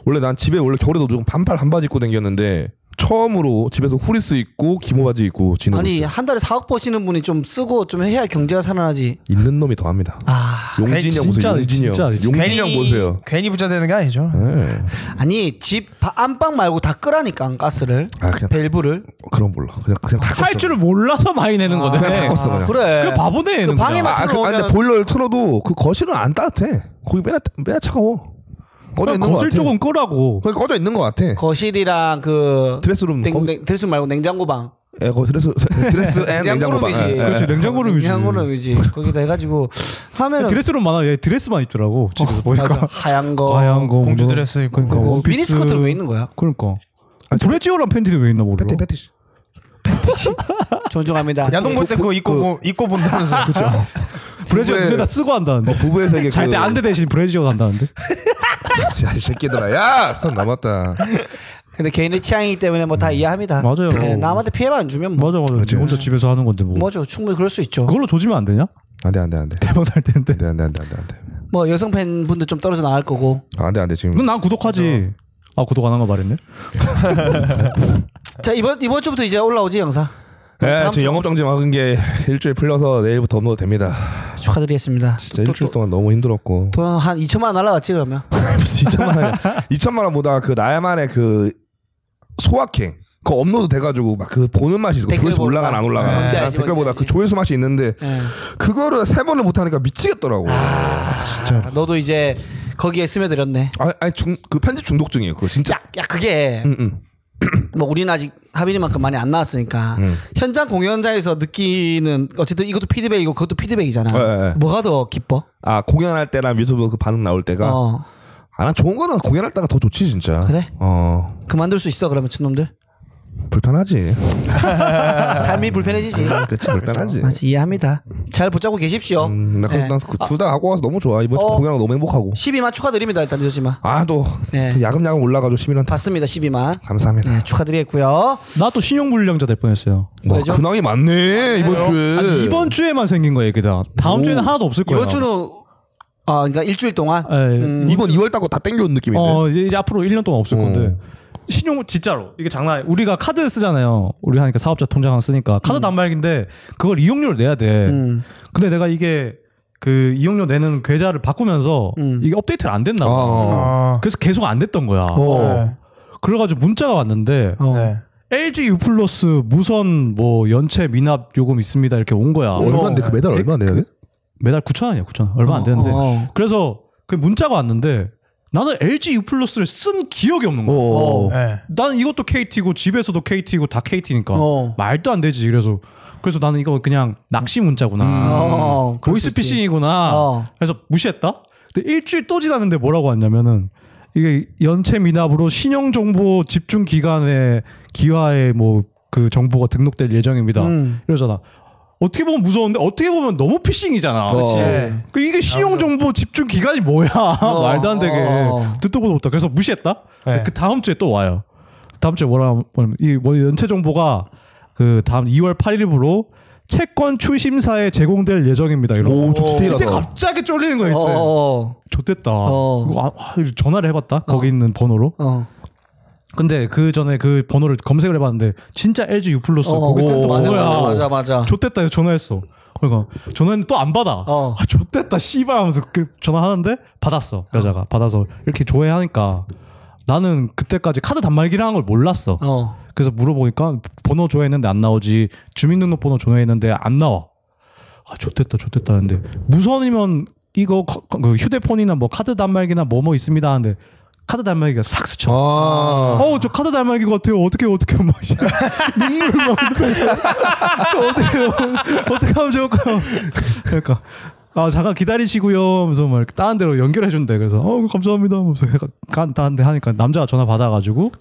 [SPEAKER 3] 원래 난 집에 원래 겨울에도 좀 반팔 반바지 입고 댕겼는데 처음으로 집에서 후리스 입고 기모 바지 입고 지내고
[SPEAKER 1] 아니
[SPEAKER 3] 있어요.
[SPEAKER 1] 한 달에 4억 버시는 분이 좀 쓰고 좀 해야 경제가 살아나지.
[SPEAKER 3] 있는 놈이 더 합니다.
[SPEAKER 1] 아
[SPEAKER 3] 용진이 형 보세요.
[SPEAKER 4] 진짜,
[SPEAKER 3] 용진이 형.
[SPEAKER 4] 진짜, 진짜.
[SPEAKER 3] 용진이 형
[SPEAKER 2] 괜히-
[SPEAKER 3] 보세요.
[SPEAKER 2] 괜히 부자 되는 게 아니죠.
[SPEAKER 3] 예.
[SPEAKER 1] 아니 집 바- 안방 말고 다 끄라니까 가스를
[SPEAKER 3] 아 그냥
[SPEAKER 1] 밸브를.
[SPEAKER 3] 그런 몰라. 그냥 그냥 다
[SPEAKER 4] 할 줄을 몰라서 많이 내는 거네.
[SPEAKER 3] 그냥 다 껐어
[SPEAKER 1] 아,
[SPEAKER 3] 그냥.
[SPEAKER 1] 그래.
[SPEAKER 4] 그 바보네. 얘는
[SPEAKER 1] 그 방에
[SPEAKER 4] 그냥.
[SPEAKER 1] 막-
[SPEAKER 3] 아, 그, 아, 근데
[SPEAKER 1] 틀어놓으면-
[SPEAKER 3] 보일러를 틀어도 그 거실은 안 따뜻해. 거기 맨날 맨날 차가워. 꺼져 있는 거
[SPEAKER 4] 거실
[SPEAKER 3] 같아.
[SPEAKER 4] 조금 끄라고.
[SPEAKER 3] 거기 꺼져 있는 거 같아.
[SPEAKER 1] 거실이랑 그
[SPEAKER 3] 드레스룸
[SPEAKER 1] 냉,
[SPEAKER 3] 거기
[SPEAKER 1] 냉, 드레스 말고 냉장고방.
[SPEAKER 3] 에, 예, 거 드레스 드레스 앤 냉장고 방.
[SPEAKER 1] 냉장고룸이지.
[SPEAKER 3] 예, 예.
[SPEAKER 4] 그렇지. 냉장고를 위주.
[SPEAKER 1] 냉장고를 위지. 거기다 해가지고 하면은
[SPEAKER 4] 드레스룸 많아. 얘 드레스만
[SPEAKER 3] 어,
[SPEAKER 4] 입더라고. 집에서
[SPEAKER 1] 맞아.
[SPEAKER 4] 보니까.
[SPEAKER 1] 하얀 거.
[SPEAKER 4] 하얀 거.
[SPEAKER 2] 공주
[SPEAKER 4] 뭐.
[SPEAKER 2] 드레스 입고
[SPEAKER 4] 그러니까
[SPEAKER 2] 있고.
[SPEAKER 4] 원피스.
[SPEAKER 1] 미니 스커트는 왜 있는 거야?
[SPEAKER 4] 그러니까. 브래지오랑 팬티는 왜 있나 모르.
[SPEAKER 3] 패티 패티.
[SPEAKER 1] 존중합니다.
[SPEAKER 2] 야동 볼 때 그거 입고 뭐- 입고 본다면서.
[SPEAKER 4] 브래지오
[SPEAKER 3] 부부의-
[SPEAKER 4] 눈에다 어, 쓰고 한다는데.
[SPEAKER 3] 부부의 세계.
[SPEAKER 4] 잘 때
[SPEAKER 3] 그-
[SPEAKER 4] 안대 대신 브래지오 한다는데.
[SPEAKER 3] 야, 이 새끼들아. 야, 선 남았다.
[SPEAKER 1] 근데 개인의 취향이기 때문에 뭐 다 이해합니다.
[SPEAKER 4] 음. 맞아요.
[SPEAKER 1] 네, 남한테 피해만 안 주면 뭐.
[SPEAKER 4] 맞아 음, 맞아. 네, 혼자 집에서 하는 건데 뭐.
[SPEAKER 1] 뭐죠 충분히 그럴 수 있죠.
[SPEAKER 4] 그걸로 조지면 안 되냐?
[SPEAKER 3] 안 돼, 안 돼, 안 돼.
[SPEAKER 4] 대박 날 텐데.
[SPEAKER 3] 안 돼, 안 돼, 안 돼, 안 돼, 안 돼.
[SPEAKER 1] 뭐 여성 팬분들 좀 떨어져 나갈 거고.
[SPEAKER 3] 안 돼, 안 돼.
[SPEAKER 1] 음,
[SPEAKER 4] 그건
[SPEAKER 3] 지금
[SPEAKER 4] 난 구독하지. 아 구독 안 한 거 말했네.
[SPEAKER 1] 자 이번 이번 주부터 이제 올라오지 영상
[SPEAKER 3] 예,
[SPEAKER 1] 다음
[SPEAKER 3] 지금 영업 정지 막은 게 일주일 풀려서 내일부터 업로드 됩니다.
[SPEAKER 1] 축하드리겠습니다.
[SPEAKER 3] 진짜 일주일 동안 너무 힘들었고.
[SPEAKER 1] 돈한 2천만 원 날라갔지 그러면.
[SPEAKER 3] 2천만 원, 2천만 원 보다 그 나만의 그 소확행. 그 업로드 돼가지고 막 그 보는 맛이 있어.
[SPEAKER 1] 댓글
[SPEAKER 3] 조회수
[SPEAKER 1] 보는
[SPEAKER 3] 올라가나 안
[SPEAKER 1] 맛.
[SPEAKER 3] 올라가나.
[SPEAKER 1] 네. 뭔지 알지,
[SPEAKER 3] 댓글보다
[SPEAKER 1] 뭔지
[SPEAKER 3] 그
[SPEAKER 1] 알지.
[SPEAKER 3] 조회수 맛이 있는데
[SPEAKER 1] 예.
[SPEAKER 3] 그거를 세 번을 못 하니까 미치겠더라고.
[SPEAKER 1] 아, 너도 이제 거기에 스며들었네.
[SPEAKER 3] 아, 아니 중, 그 편집 중독증이에요. 그거 진짜.
[SPEAKER 1] 야, 야 그게
[SPEAKER 3] 응, 응.
[SPEAKER 1] 뭐 우리는 아직 하빈이만큼 많이 안 나왔으니까
[SPEAKER 3] 음.
[SPEAKER 1] 현장 공연장에서 느끼는 어쨌든 이것도 피드백이고 그것도 피드백이잖아.
[SPEAKER 3] 예, 예.
[SPEAKER 1] 뭐가 더 기뻐?
[SPEAKER 3] 아 공연할 때랑 유튜브 그 반응 나올 때가
[SPEAKER 1] 어
[SPEAKER 3] 아, 난 좋은 거는 공연할 때가 더 좋지 진짜.
[SPEAKER 1] 그래?
[SPEAKER 3] 어
[SPEAKER 1] 그만둘 수 있어 그러면 촌놈들 예,
[SPEAKER 3] 불편하지.
[SPEAKER 1] 삶이 불편해지지.
[SPEAKER 3] 그렇지 불편하지.
[SPEAKER 1] 그렇죠. 맞아 이해합니다. 잘 붙잡고 계십시오.
[SPEAKER 3] 음, 나 그래서
[SPEAKER 1] 네.
[SPEAKER 3] 난둘다 하고 와서 너무 좋아. 이번
[SPEAKER 1] 어.
[SPEAKER 3] 공연 너무 행복하고.
[SPEAKER 1] 12만 축하드립니다 일단 늦었지만
[SPEAKER 3] 아또
[SPEAKER 1] 네.
[SPEAKER 3] 야금야금 올라가죠 시민한 테
[SPEAKER 1] 봤습니다 12만.
[SPEAKER 3] 감사합니다.
[SPEAKER 1] 네, 축하드리겠고요.
[SPEAKER 4] 나 또 신용불량자 될 뻔했어요.
[SPEAKER 3] 와
[SPEAKER 1] 왜죠?
[SPEAKER 3] 근황이 많네 이번 주에.
[SPEAKER 4] 아니, 이번 주에만 생긴 거야 얘기다. 다음 그 주에는 하나도 없을 거야.
[SPEAKER 1] 이번 주는 아 그러니까 일주일 동안 음.
[SPEAKER 4] 예.
[SPEAKER 3] 이번 2월 달거 다 땡겨온 느낌인데.
[SPEAKER 4] 어 이제, 음. 이제 앞으로 1년 동안 없을 건데 신용 진짜로 이게 장난 아니 우리가 카드 쓰잖아요 우리 하니까 사업자 통장 하나 쓰니까 카드 단말기인데 그걸 이용료를 내야 돼
[SPEAKER 1] 음.
[SPEAKER 4] 근데 내가 이게 그 이용료 내는 계좌를 바꾸면서
[SPEAKER 1] 음.
[SPEAKER 4] 이게 업데이트를 안 됐나
[SPEAKER 3] 어,
[SPEAKER 4] 봐
[SPEAKER 3] 어.
[SPEAKER 2] 아.
[SPEAKER 4] 그래서 계속 안 됐던 거야
[SPEAKER 2] 네.
[SPEAKER 4] 그래가지고 문자가 왔는데
[SPEAKER 1] 어.
[SPEAKER 2] 네.
[SPEAKER 4] LG U 플러스 무선 뭐 연체 미납 요금 있습니다 이렇게 온 거야
[SPEAKER 3] 얼마인데 그 매달 얼마 내야 돼?
[SPEAKER 4] 매달 9천 원이야 9천 원 얼마 안 되는데
[SPEAKER 1] 어.
[SPEAKER 4] 그래서 그 문자가 왔는데 나는 LG U 플러스를 쓴 기억이 없는 거야
[SPEAKER 3] 어.
[SPEAKER 2] 네.
[SPEAKER 4] 난 이것도 KT고 집에서도 KT고 다 KT니까
[SPEAKER 1] 어.
[SPEAKER 4] 말도 안 되지. 그래서 그래서 나는 이거 그냥 낚시 문자구나.
[SPEAKER 1] 어, 그럴 수
[SPEAKER 4] 보이스
[SPEAKER 1] 있지.
[SPEAKER 4] 피싱이구나.
[SPEAKER 1] 어.
[SPEAKER 4] 그래서 무시했다. 근데 일주일 또 지났는데 뭐라고 왔냐면은 이게 연체 미납으로 신용 정보 집중 기간에 기화에 뭐 그 정보가 등록될 예정입니다.
[SPEAKER 1] 음.
[SPEAKER 4] 이러잖아. 어떻게 보면 무서운데 어떻게 보면 너무 피싱이잖아.
[SPEAKER 3] 그치.
[SPEAKER 1] 네.
[SPEAKER 4] 그 이게 신용 정보 집중 기간이 뭐야? 말도 안 되게
[SPEAKER 1] 어.
[SPEAKER 4] 듣도 보도 못다. 그래서 무시했다.
[SPEAKER 2] 네.
[SPEAKER 4] 그 다음 주에 또 와요. 다음 주에 뭐라 뭐냐면 이 뭐 연체 정보가 그 다음 2월 8일부로 채권 추심사에 제공될 예정입니다. 이런
[SPEAKER 3] 오,
[SPEAKER 4] 거.
[SPEAKER 3] 좀
[SPEAKER 4] 이때
[SPEAKER 3] 디테일하다.
[SPEAKER 4] 갑자기 쫄리는 거 있지.
[SPEAKER 1] 어, 어,
[SPEAKER 4] 좋됐다.
[SPEAKER 1] 어.
[SPEAKER 4] 이거 아- 아, 이거 전화를 해봤다. 거기 있는 번호로.
[SPEAKER 1] 어, 어.
[SPEAKER 4] 근데 그 전에 그 번호를 검색을 해봤는데 진짜 LG U 플러스
[SPEAKER 1] 어,
[SPEAKER 4] 거기 센터
[SPEAKER 1] 어, 맞아,
[SPEAKER 4] 번호야.
[SPEAKER 1] 맞아, 맞아, 맞아.
[SPEAKER 4] 좋됐다. 해서 전화했어. 그러니까 전화했는데 또 안 받아.
[SPEAKER 1] 어.
[SPEAKER 4] 아, 좋됐다. 씨발 하면서 그 전화하는데 받았어. 여자가 받아서 이렇게 조회하니까 나는 그때까지 카드 단말기를 한걸 몰랐어.
[SPEAKER 1] 어.
[SPEAKER 4] 그래서 물어보니까 번호 조회했는데 안 나오지 주민등록번호 조회했는데 안 나와 아 좋됐다 좋됐다 하는데 무선이면 이거 거- 그 휴대폰이나 뭐 카드 단말기나 뭐뭐 있습니다 하는데 카드 단말기가 싹 스쳐
[SPEAKER 3] 아.
[SPEAKER 4] 어저 카드 단말기 같아요 뭐 어떻게 어떻게 막 눈물 막 어떻게 어떻게 하면 좋을까요 그러니까 아 잠깐 기다리시고요 하면서 막 이렇게 다른 데로 연결해 준대 그래서 어 감사합니다 하면서 해가 간- 다른 데 하니까 남자가 전화 받아가지고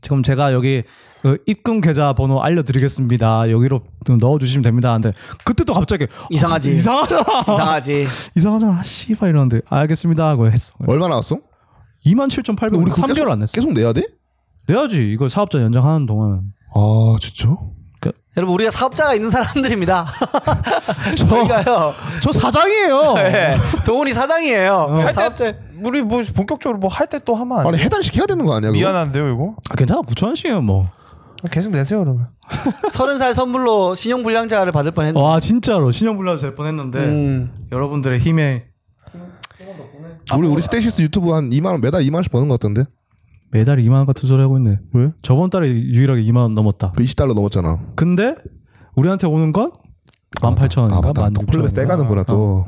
[SPEAKER 4] 지금 제가 여기 그 입금 계좌 번호 알려드리겠습니다 여기로 넣어주시면 됩니다 근데 그때 또 갑자기
[SPEAKER 1] 이상하지.
[SPEAKER 4] 아, 이상하잖아
[SPEAKER 1] 이상하지.
[SPEAKER 4] 이상하잖아 아, 씨발 이러는데 알겠습니다 하고 했어
[SPEAKER 3] 얼마 나왔어?
[SPEAKER 4] 27,800원
[SPEAKER 3] 우리 그거
[SPEAKER 4] 3개월 안 냈어
[SPEAKER 3] 계속 내야 돼?
[SPEAKER 4] 내야지 이거 사업자 연장하는 동안은
[SPEAKER 3] 아 진짜?
[SPEAKER 1] 여러분 우리가 사업자가 있는 사람들입니다. 저희가요.
[SPEAKER 4] 저 사장이에요 어.
[SPEAKER 1] 네, 동훈이 사장이에요. 사업자.
[SPEAKER 2] 우리 뭐 본격적으로 뭐 할 때 또 하면 안
[SPEAKER 3] 아니
[SPEAKER 2] 돼요?
[SPEAKER 3] 해단 시켜야 되는 거 아니야? 그거?
[SPEAKER 2] 미안한데요 이거
[SPEAKER 4] 아, 괜찮아 9천원씩이에요 뭐와
[SPEAKER 2] 계속 내세요 그러면
[SPEAKER 1] 서른 살 선물로 신용 불량자를 받을
[SPEAKER 4] 어.
[SPEAKER 1] 뻔했네.
[SPEAKER 4] 진짜로 신용불량도 될 뻔했는데
[SPEAKER 1] 음.
[SPEAKER 4] 여러분들의 힘에
[SPEAKER 3] 아, 우리 우리 스테이시스 유튜브 한 2만 원 매달 2만 원씩 버는 것 같던데?
[SPEAKER 4] 매달 2만원 같은 소리 하고 있네
[SPEAKER 3] 왜?
[SPEAKER 4] 저번 달에 유일하게 2만원 넘었다
[SPEAKER 3] 그 20달러 넘었잖아.
[SPEAKER 4] 근데 우리한테 오는 건 18,000원인가
[SPEAKER 3] 아 맞다. 또 플랩에
[SPEAKER 4] 16,000원인가
[SPEAKER 3] 떼가는구나 또.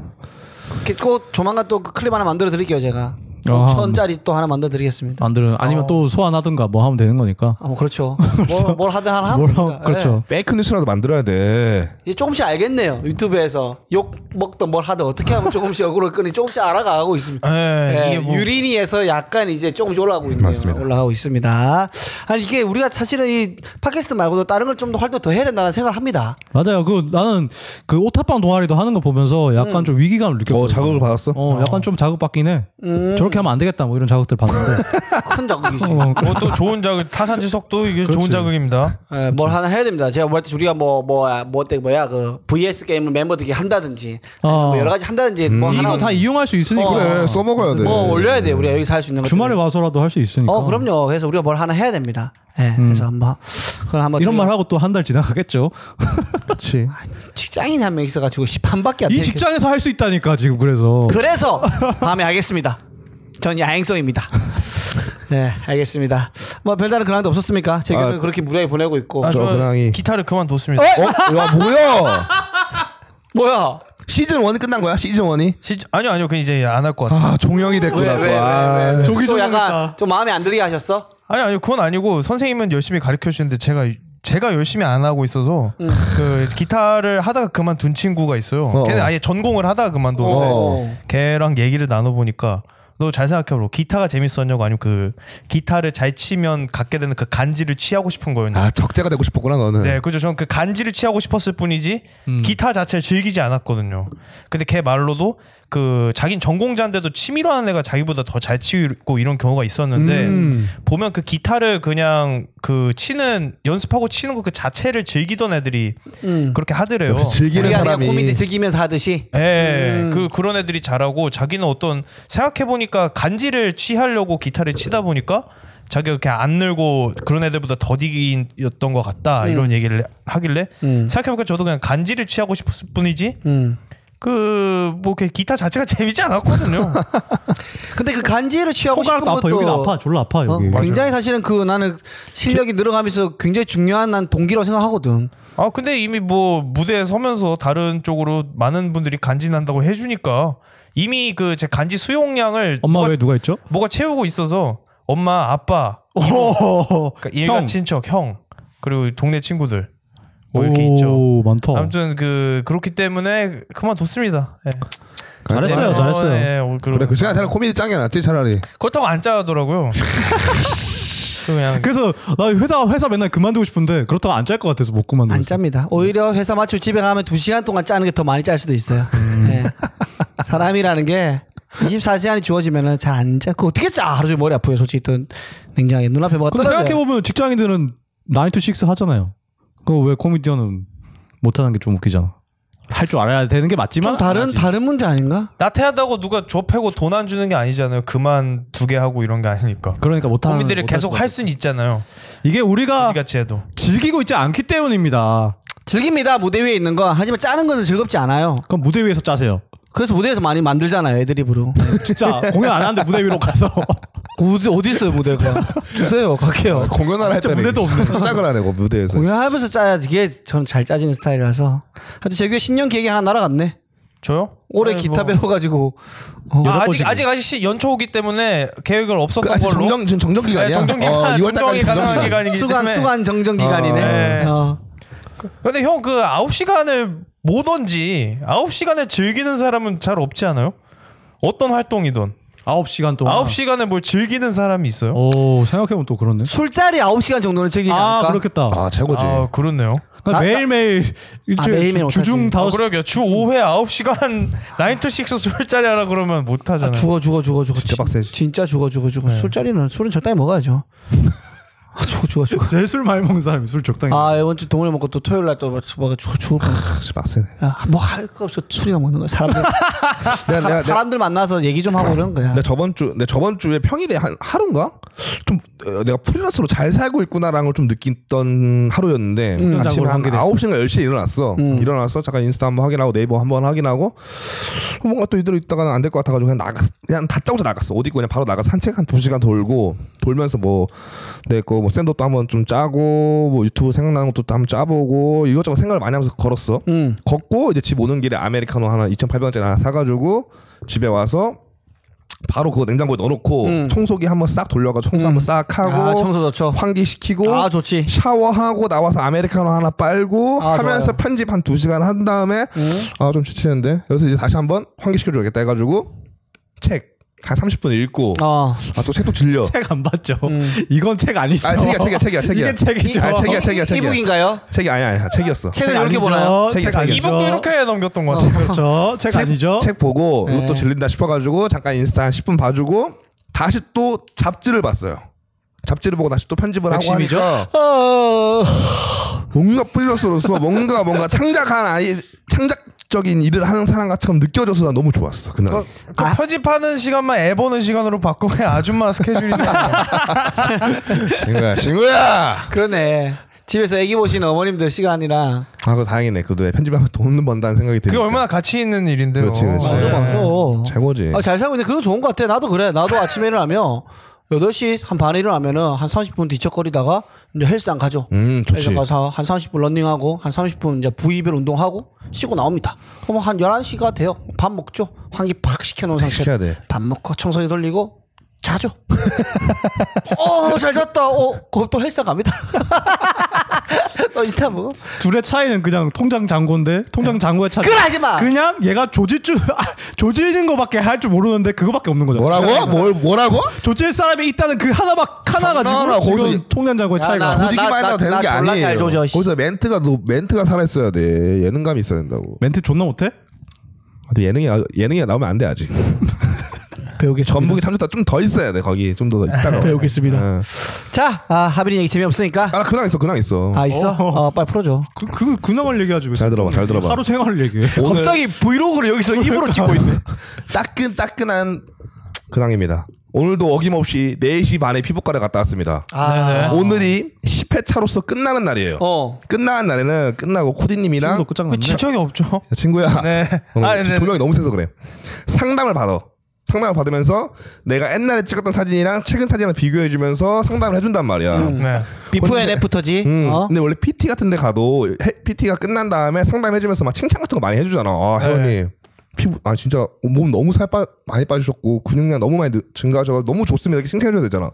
[SPEAKER 1] 이렇게 꼭 조만간 또그 클립 하나 만들어 드릴게요 제가.
[SPEAKER 4] 아,
[SPEAKER 1] 5천짜리 또 하나 만들어 드리겠습니다.
[SPEAKER 4] 만들어 아니면 또 소환하든가 뭐 하면 되는 거니까
[SPEAKER 1] 아, 뭐 그렇죠. 뭘, 뭘 하든 하나 하면
[SPEAKER 4] 뭘
[SPEAKER 1] 됩니다.
[SPEAKER 4] 하면 그렇죠
[SPEAKER 3] 페이크 뉴스라도 만들어야 돼.
[SPEAKER 1] 예. 이제 조금씩 알겠네요. 유튜브에서 욕 먹던 뭘 하든 어떻게 하면 조금씩 억울을 끄니 조금씩 알아가고 있습니다.
[SPEAKER 2] 네,
[SPEAKER 1] 예,
[SPEAKER 2] 이게 뭐
[SPEAKER 1] 유린이에서 약간 이제 조금씩 올라가고 있네요.
[SPEAKER 3] 맞습니다.
[SPEAKER 1] 올라가고 있습니다. 아니 이게 우리가 사실은 이 팟캐스트 말고도 다른 걸 좀 더 활동 더 해야 된다는 생각을 합니다.
[SPEAKER 4] 맞아요 그 나는 그 오타빵 동아리도 하는 거 보면서 약간 좀 위기감을 느꼈어
[SPEAKER 3] 어 자극을 받았어?
[SPEAKER 4] 어, 약간 좀 자극받긴 해
[SPEAKER 1] 음,
[SPEAKER 4] 저렇게 하면 안 되겠다 뭐 이런 자극들 봤는데
[SPEAKER 1] 큰 자극이지.
[SPEAKER 4] 어, 그-
[SPEAKER 2] 뭐 그것도 좋은 자극 타산지석도 이게 좋은 자극입니다
[SPEAKER 1] 예,
[SPEAKER 4] 그렇죠.
[SPEAKER 1] 뭘 하나 해야 됩니다. 제가 뭐할 때 우리가 뭐 뭐뭐 어때 뭐야 그 VS 게임을 멤버들끼리 한다든지
[SPEAKER 4] 어. 음.
[SPEAKER 1] 뭐 여러 가지 한다든지 뭐 하나
[SPEAKER 4] 이거 다 이용할 수 있으니까
[SPEAKER 1] 어.
[SPEAKER 3] 그래 써먹어야 돼.
[SPEAKER 1] 뭐 올려야 돼요. 우리가 여기서 할 수 있는 것
[SPEAKER 4] 주말에 와서라도 할 수 있으니까 음.
[SPEAKER 1] 어 그럼요. 그래서 우리가 뭘 하나 해야 됩니다. 예. 그래서 한번 그걸 한번
[SPEAKER 4] 이런
[SPEAKER 1] 우리가
[SPEAKER 4] 말 하고 또 한 달 지나가겠죠
[SPEAKER 3] 그렇지.
[SPEAKER 1] 직장인 한 명 있어가지고 10판밖에 안 돼.
[SPEAKER 4] 이 직장에서 할 수 있다니까 지금 그래서
[SPEAKER 1] 그래서 마음에 알겠습니다. 전 야행성입니다. 네, 알겠습니다. 뭐 별다른 근황도 없었습니까? 제 결혼
[SPEAKER 3] 아.
[SPEAKER 1] 그렇게 무리하게 보내고 있고.
[SPEAKER 2] 아,
[SPEAKER 3] 저 근황이.
[SPEAKER 2] 기타를 그만뒀습니다
[SPEAKER 1] 에?
[SPEAKER 3] 어? 야 뭐야?
[SPEAKER 1] 뭐야?
[SPEAKER 3] 시즌 1이 끝난 거야? 시즌 1이?
[SPEAKER 2] 시- 아니요 아니요 그 이제 안 할 것 같아요
[SPEAKER 3] 아 종영이 됐구나 또. 아.
[SPEAKER 1] 왜왜왜
[SPEAKER 4] 조기
[SPEAKER 1] 또 약간
[SPEAKER 4] 조기니까.
[SPEAKER 1] 좀 마음에 안 들게 하셨어?
[SPEAKER 2] 아니 아니 그건 아니고 선생님은 열심히 가르쳐 주는데 제가 제가 열심히 안 하고 있어서 그 기타를 하다가 그만둔 친구가 있어요.
[SPEAKER 3] 어,
[SPEAKER 2] 걔는
[SPEAKER 3] 어.
[SPEAKER 2] 아예 전공을 하다가 그만뒀는데
[SPEAKER 1] 어.
[SPEAKER 2] 걔랑 얘기를 나눠 보니까 너 잘 생각해보라. 기타가 재밌었냐고 아니면 그 기타를 잘 치면 갖게 되는 그 간지를 취하고 싶은 거였나?
[SPEAKER 3] 아 적재가 되고 싶었구나 너는.
[SPEAKER 2] 네, 그죠. 저는 그 간지를 취하고 싶었을 뿐이지 기타 자체를 즐기지 않았거든요. 근데 걔 말로도 그 자긴 전공자인데도 취미로 하는 애가 자기보다 더 잘 치고 이런 경우가 있었는데
[SPEAKER 3] 음.
[SPEAKER 2] 보면 그 기타를 그냥 그 치는 연습하고 치는 거 그 자체를 즐기던 애들이
[SPEAKER 1] 음.
[SPEAKER 2] 그렇게 하더래요.
[SPEAKER 3] 역시 즐기는
[SPEAKER 1] 우리가 그냥
[SPEAKER 3] 사람이.
[SPEAKER 1] 고민을 즐기면서 하듯이.
[SPEAKER 2] 예,
[SPEAKER 4] 음.
[SPEAKER 2] 그 그런 애들이 잘하고 자기는 어떤 생각해 보니까 간지를 취하려고 기타를 치다 보니까 자기가 그렇게 안 늘고 그런 애들보다 더디기였던 것 같다
[SPEAKER 4] 음.
[SPEAKER 2] 이런 얘기를 하길래
[SPEAKER 1] 음.
[SPEAKER 2] 생각해 보니까 저도 그냥 간지를 취하고 싶었을 뿐이지
[SPEAKER 1] 음.
[SPEAKER 2] 그뭐 기타 자체가 재밌지 않았거든요.
[SPEAKER 1] 근데 그 간지를 취하고 싶은
[SPEAKER 4] 손가락도
[SPEAKER 1] 것도
[SPEAKER 4] 아파 여기 아파 졸라 아파
[SPEAKER 1] 어,
[SPEAKER 4] 여기
[SPEAKER 1] 굉장히 사실은 그 나는 실력이 늘어가면서 굉장히 중요한 난 동기라고 생각하거든.
[SPEAKER 2] 아 근데 이미 뭐 무대에 서면서 다른 쪽으로 많은 분들이 간지난다고 해주니까 이미 그 제 간지 수용량을
[SPEAKER 4] 엄마
[SPEAKER 2] 뭐가,
[SPEAKER 4] 왜 누가 있죠?
[SPEAKER 2] 뭐가 채우고 있어서 엄마 아빠
[SPEAKER 1] 어.
[SPEAKER 4] 오,
[SPEAKER 2] 그러니까 일가
[SPEAKER 4] 형.
[SPEAKER 2] 친척 형 그리고 동네 친구들 뭐 이렇게
[SPEAKER 4] 오,
[SPEAKER 2] 있죠.
[SPEAKER 4] 많다
[SPEAKER 2] 아무튼 그 그렇기 때문에 그만뒀습니다. 예.
[SPEAKER 4] 잘했어요,
[SPEAKER 2] 어,
[SPEAKER 4] 잘했어요.
[SPEAKER 2] 예, 어, 그러-
[SPEAKER 3] 그래 그 시간 차라리 코미디 짱이 낫지 차라리.
[SPEAKER 2] 그렇다고 안 짜더라고요. 그냥
[SPEAKER 4] 그래서 나 회사 회사 맨날 그만두고 싶은데 그렇다고 안 짤 것 같아서 못 그만두고
[SPEAKER 1] 안
[SPEAKER 4] 있어.
[SPEAKER 1] 짭니다. 오히려 회사 마치고 집에 가면 두 시간 동안 짜는 게 더 많이 짤 수도 있어요. 예. 사람이라는 게 24시간이 주어지면은 잘 안 짜. 그 어떻게 짜? 하루 종일 머리 아프요 솔직히 또 냉정하게 눈앞에 뭐가
[SPEAKER 4] 근데
[SPEAKER 1] 떨어져.
[SPEAKER 4] 생각해 보면 직장인들은 9 to 6 하잖아요. 그거 왜 코미디언은 못하는 게 좀 웃기잖아. 할 줄 알아야 되는 게
[SPEAKER 1] 좀
[SPEAKER 4] 맞지만
[SPEAKER 1] 다른 다른 문제 아닌가?
[SPEAKER 2] 나태하다고 누가 줘 패고 돈 안 주는 게 아니잖아요. 그만 두 개 하고 이런 게 아니니까.
[SPEAKER 4] 그러니까 못하는
[SPEAKER 2] 고민들을
[SPEAKER 4] 못할
[SPEAKER 2] 계속
[SPEAKER 4] 것
[SPEAKER 2] 할
[SPEAKER 4] 같아.
[SPEAKER 2] 수는 있잖아요.
[SPEAKER 4] 이게 우리가
[SPEAKER 2] 같이 해도.
[SPEAKER 4] 즐기고 있지 않기 때문입니다.
[SPEAKER 1] 즐깁니다 무대 위에 있는 거 하지만 짜는 거는 즐겁지 않아요.
[SPEAKER 4] 그럼 무대 위에서 짜세요.
[SPEAKER 1] 그래서 무대에서 많이 만들잖아요 애드립으로. 네.
[SPEAKER 4] 진짜 공연 안 하는데 무대 위로 가서
[SPEAKER 1] 어디 어디 있어요 무대가? 주세요 갈게요.
[SPEAKER 3] 공연을 했더니
[SPEAKER 4] 무대도 없네.
[SPEAKER 3] 시작을 하네 그 무대에서
[SPEAKER 1] 공연하면서 짜야 이게 전 잘 짜지는 스타일이라서. 하여튼 재규의 신년 계획이 하나 날아갔네.
[SPEAKER 2] 저요?
[SPEAKER 1] 올해
[SPEAKER 2] 아니,
[SPEAKER 1] 기타
[SPEAKER 2] 뭐.
[SPEAKER 1] 배워가지고 어,
[SPEAKER 2] 아,
[SPEAKER 4] 여덟
[SPEAKER 2] 아직
[SPEAKER 4] 번씩이네.
[SPEAKER 2] 아직 아직 시- 연초기 때문에 계획을 없었던
[SPEAKER 3] 그 아직
[SPEAKER 2] 걸로.
[SPEAKER 3] 정정 지금 정정 기간이야.
[SPEAKER 2] 네, 정정 기간.
[SPEAKER 3] 어, 2월
[SPEAKER 2] 정정이
[SPEAKER 3] 달까지
[SPEAKER 2] 가능한
[SPEAKER 3] 정정 기간.
[SPEAKER 2] 기간이기
[SPEAKER 1] 수간
[SPEAKER 2] 때문에.
[SPEAKER 1] 수간 정정 기간이네.
[SPEAKER 2] 네.
[SPEAKER 1] 어.
[SPEAKER 2] 근데 형 그 9시간을 뭐든지 9시간을 즐기는 사람은 잘 없지 않아요? 어떤 활동이든
[SPEAKER 4] 9시간 동안
[SPEAKER 2] 9시간을 뭘 즐기는 사람이 있어요?
[SPEAKER 4] 오, 생각해보면 또 그렇네.
[SPEAKER 1] 술자리 9시간 정도는 즐기지
[SPEAKER 4] 아,
[SPEAKER 1] 않을까?
[SPEAKER 4] 그렇겠다.
[SPEAKER 3] 아 최고지.
[SPEAKER 2] 아, 그렇네요.
[SPEAKER 4] 그러니까
[SPEAKER 1] 나-
[SPEAKER 4] 매일매일 일주일
[SPEAKER 1] 매일매일
[SPEAKER 4] 주중
[SPEAKER 1] 못하지.
[SPEAKER 2] 아,
[SPEAKER 4] 다섯
[SPEAKER 2] 그러게요. 주 5회 9시간 9to6 술자리 하라 그러면 못
[SPEAKER 1] 아,
[SPEAKER 2] 하잖아요.
[SPEAKER 1] 죽어 죽어 죽어 죽어
[SPEAKER 3] 진짜 빡세지.
[SPEAKER 1] 진짜 죽어 죽어 죽어 술자리는 술은 적당히 먹어야죠 아, 죽어 죽어 죽어
[SPEAKER 4] 제일 술 많이 먹는 사람이 술 적당히.
[SPEAKER 1] 아 이번 주 동물 먹고 또 토요일 날 또 뭐가 죽어 죽을
[SPEAKER 3] 씨, 빡세네.
[SPEAKER 1] 뻔뭐할 거 없어 술이나 먹는 거야 사람들
[SPEAKER 3] 내가 내가, 내가,
[SPEAKER 1] 사람들 만나서 얘기 좀 하고 이런 거야
[SPEAKER 3] 내가 저번 주 내가 저번 주에 평일에 한 하루인가 좀 어, 내가 프리랜서로 잘 살고 있구나라는 걸 좀 느꼈던 하루였는데
[SPEAKER 1] 음.
[SPEAKER 3] 아침에 한
[SPEAKER 4] 한게 됐어.
[SPEAKER 3] 9시인가 10시에 일어났어.
[SPEAKER 1] 음.
[SPEAKER 3] 일어나서 잠깐 인스타 한번 확인하고 네이버 한번 확인하고 뭔가 또 이대로 있다가는 안 될 것 같아가지고 그냥 나가 그냥 다짜고짜 나갔어. 옷 입고 그냥 바로 나가 서 산책 한 두 시간 돌고 돌면서 뭐 뭐내거뭐 샌드도 한번 좀 짜고 뭐 유튜브 생각나는 것도 또 한번 짜보고 이것저것 생각을 많이 하면서 걸었어.
[SPEAKER 1] 음.
[SPEAKER 3] 걷고 이제 집 오는 길에 아메리카노 하나 2,800원짜리 하나 사가지고 집에 와서 바로 그거 냉장고에 넣어놓고
[SPEAKER 1] 음.
[SPEAKER 3] 청소기 한번 싹 돌려가 청소 한번 싹 하고
[SPEAKER 1] 아 청소 좋죠
[SPEAKER 3] 환기 시키고
[SPEAKER 1] 아 좋지
[SPEAKER 3] 샤워하고 나와서 아메리카노 하나 빨고
[SPEAKER 1] 아,
[SPEAKER 3] 하면서
[SPEAKER 1] 좋아요.
[SPEAKER 3] 편집 한 두 시간 한 다음에
[SPEAKER 1] 음.
[SPEAKER 3] 아 좀 지치는데 여기서 이제 다시 한번 환기 시켜줘야겠다 해가지고 책 한 30분 읽고
[SPEAKER 1] 어
[SPEAKER 3] 아 또 책도 질려
[SPEAKER 4] 책 안 봤죠.
[SPEAKER 1] 음.
[SPEAKER 4] 이건 책 아니죠.
[SPEAKER 3] 아 책이야 책이야 책이야 책이야
[SPEAKER 4] 이게 책이죠.
[SPEAKER 3] 아 책이야 책이야 책이야
[SPEAKER 1] 어? 이북인가요
[SPEAKER 3] 책이 아니야 아니야 책이었어
[SPEAKER 1] 책을
[SPEAKER 4] 네,
[SPEAKER 1] 이렇게 보나요
[SPEAKER 3] 책이
[SPEAKER 4] 책
[SPEAKER 3] 책이죠. 어.
[SPEAKER 4] 아니죠.
[SPEAKER 2] 이북도 이렇게 넘겼던 것 같아요.
[SPEAKER 4] 그렇죠. 책 아니죠.
[SPEAKER 3] 책 보고
[SPEAKER 1] 네.
[SPEAKER 3] 이것도 질린다 싶어가지고 잠깐 인스타 한 10분 봐주고 다시 또 잡지를 봤어요. 잡지를 보고 다시 또 편집을 하고
[SPEAKER 4] 욕심이죠?
[SPEAKER 3] 하니까
[SPEAKER 1] 어
[SPEAKER 3] 뭔가 프리랜서로서 뭔가 뭔가 창작한 아이 창작적인 일을 하는 사람처럼 느껴져서 난 너무 좋았어 그날.
[SPEAKER 2] 그, 그
[SPEAKER 3] 아.
[SPEAKER 2] 편집하는 시간만 애 보는 시간으로 바꾸면 아줌마
[SPEAKER 3] 그러니까.
[SPEAKER 2] 스케줄이잖아요.
[SPEAKER 3] 친구야 친구야. 아,
[SPEAKER 1] 그러네 집에서 애기 보시는 어머님들 시간이랑
[SPEAKER 3] 아 그거 다행이네 그도 왜 편집하면 돈 번다는 생각이 드니까.
[SPEAKER 2] 그게 얼마나 가치 있는 일인데요.
[SPEAKER 3] 그렇지, 그렇지.
[SPEAKER 1] 어, 맞아
[SPEAKER 3] 네.
[SPEAKER 1] 맞아
[SPEAKER 3] 최고지.
[SPEAKER 1] 아, 잘 살고 있는데 그건 좋은 것 같아. 나도 그래. 나도 아침에 일어나면 8시 한 반에 일어나면은 한 30분 뒤척거리다가 이제 헬스장 가죠.
[SPEAKER 3] 음 좋지.
[SPEAKER 1] 헬스장 가서 한 30분 러닝하고 한 30분 이제 부위별 운동하고 쉬고 나옵니다. 그러면 한 11시가 돼요. 밥 먹죠. 환기 팍 시켜놓은 상태로
[SPEAKER 3] 시켜야 돼.
[SPEAKER 1] 밥 먹고 청소기 돌리고 자죠. 어, 잘 잤다. 어, 그것도 헬스장 갑니다. 너 인스타 보고?
[SPEAKER 4] 둘의 차이는 그냥 통장 잔고인데 통장 잔고의 차이.
[SPEAKER 1] 그걸 하지 마!
[SPEAKER 4] 그냥 얘가 조질 줄 아, 조지는 거밖에 할 줄 모르는데 그거밖에 없는 거죠.
[SPEAKER 3] 뭐라고? 뭘 뭐라고?
[SPEAKER 4] 조질 사람이 있다는 그 하나밖 하나
[SPEAKER 3] 장난하나,
[SPEAKER 4] 가지고
[SPEAKER 3] 거기서
[SPEAKER 4] 지금 통장 잔고의
[SPEAKER 1] 야,
[SPEAKER 4] 차이가.
[SPEAKER 1] 나-
[SPEAKER 3] 조직이 많이
[SPEAKER 1] 나-
[SPEAKER 3] 나도 되는
[SPEAKER 1] 나
[SPEAKER 3] 게
[SPEAKER 1] 졸라 잘
[SPEAKER 3] 아니에요.
[SPEAKER 1] 조져, 씨.
[SPEAKER 3] 거기서 멘트가 너 멘트가 살아있어야 돼. 예능감이 있어야 된다고. 아,
[SPEAKER 4] 멘트 존나 못해?
[SPEAKER 3] 근데 예능이 예능이 나오면 안 돼 아직.
[SPEAKER 1] 배우겠습니다.
[SPEAKER 3] 전북이 30다 좀 더 있어야 돼 거기 좀 더 있다가
[SPEAKER 1] 배우겠습니다.
[SPEAKER 3] 예.
[SPEAKER 1] 자, 아, 하빈이 얘기 재미없으니까.
[SPEAKER 3] 아 근황 있어 근황 있어
[SPEAKER 1] 아, 있어?
[SPEAKER 4] 어.
[SPEAKER 1] 어, 빨리 풀어줘.
[SPEAKER 4] 그, 그 근황을 얘기하지 왜?
[SPEAKER 3] 잘 들어봐, 잘 들어봐.
[SPEAKER 4] 하루 생활을 얘기해.
[SPEAKER 3] 오늘
[SPEAKER 1] 갑자기 브이로그를 여기서 입으로 찍고 있네.
[SPEAKER 3] 따끈따끈한 근황입니다 오늘도 어김없이 4시 반에 피부과를 갔다 왔습니다 어.
[SPEAKER 1] 아,
[SPEAKER 3] 오늘이 10회 차로서 끝나는 날이에요
[SPEAKER 1] 어.
[SPEAKER 3] 끝나는 날에는 끝나고 코디님이랑
[SPEAKER 4] 오늘도 끝장났네.
[SPEAKER 2] 친척이 그 없죠.
[SPEAKER 3] 야, 친구야
[SPEAKER 2] 네.
[SPEAKER 3] 어,
[SPEAKER 2] 아, 네.
[SPEAKER 3] 조명이 너무 세서 그래 상담을 받아 상담을 받으면서 내가 옛날에 찍었던 사진이랑 최근 사진이랑 비교해주면서 상담을 해준단 말이야
[SPEAKER 2] 네.
[SPEAKER 1] 비포 앤 애프터지.
[SPEAKER 3] 음,
[SPEAKER 1] 어?
[SPEAKER 3] 근데 원래 PT 같은 데 가도 PT가 끝난 다음에 상담해주면서 막 칭찬 같은 거 많이 해주잖아. 아,
[SPEAKER 2] 네.
[SPEAKER 3] 혜원님. 피부, 아, 진짜 몸 너무 살 빠, 많이 빠지셨고, 근육량 너무 많이 늘- 증가하셔서 너무 좋습니다. 이렇게 칭찬해줘야 되잖아.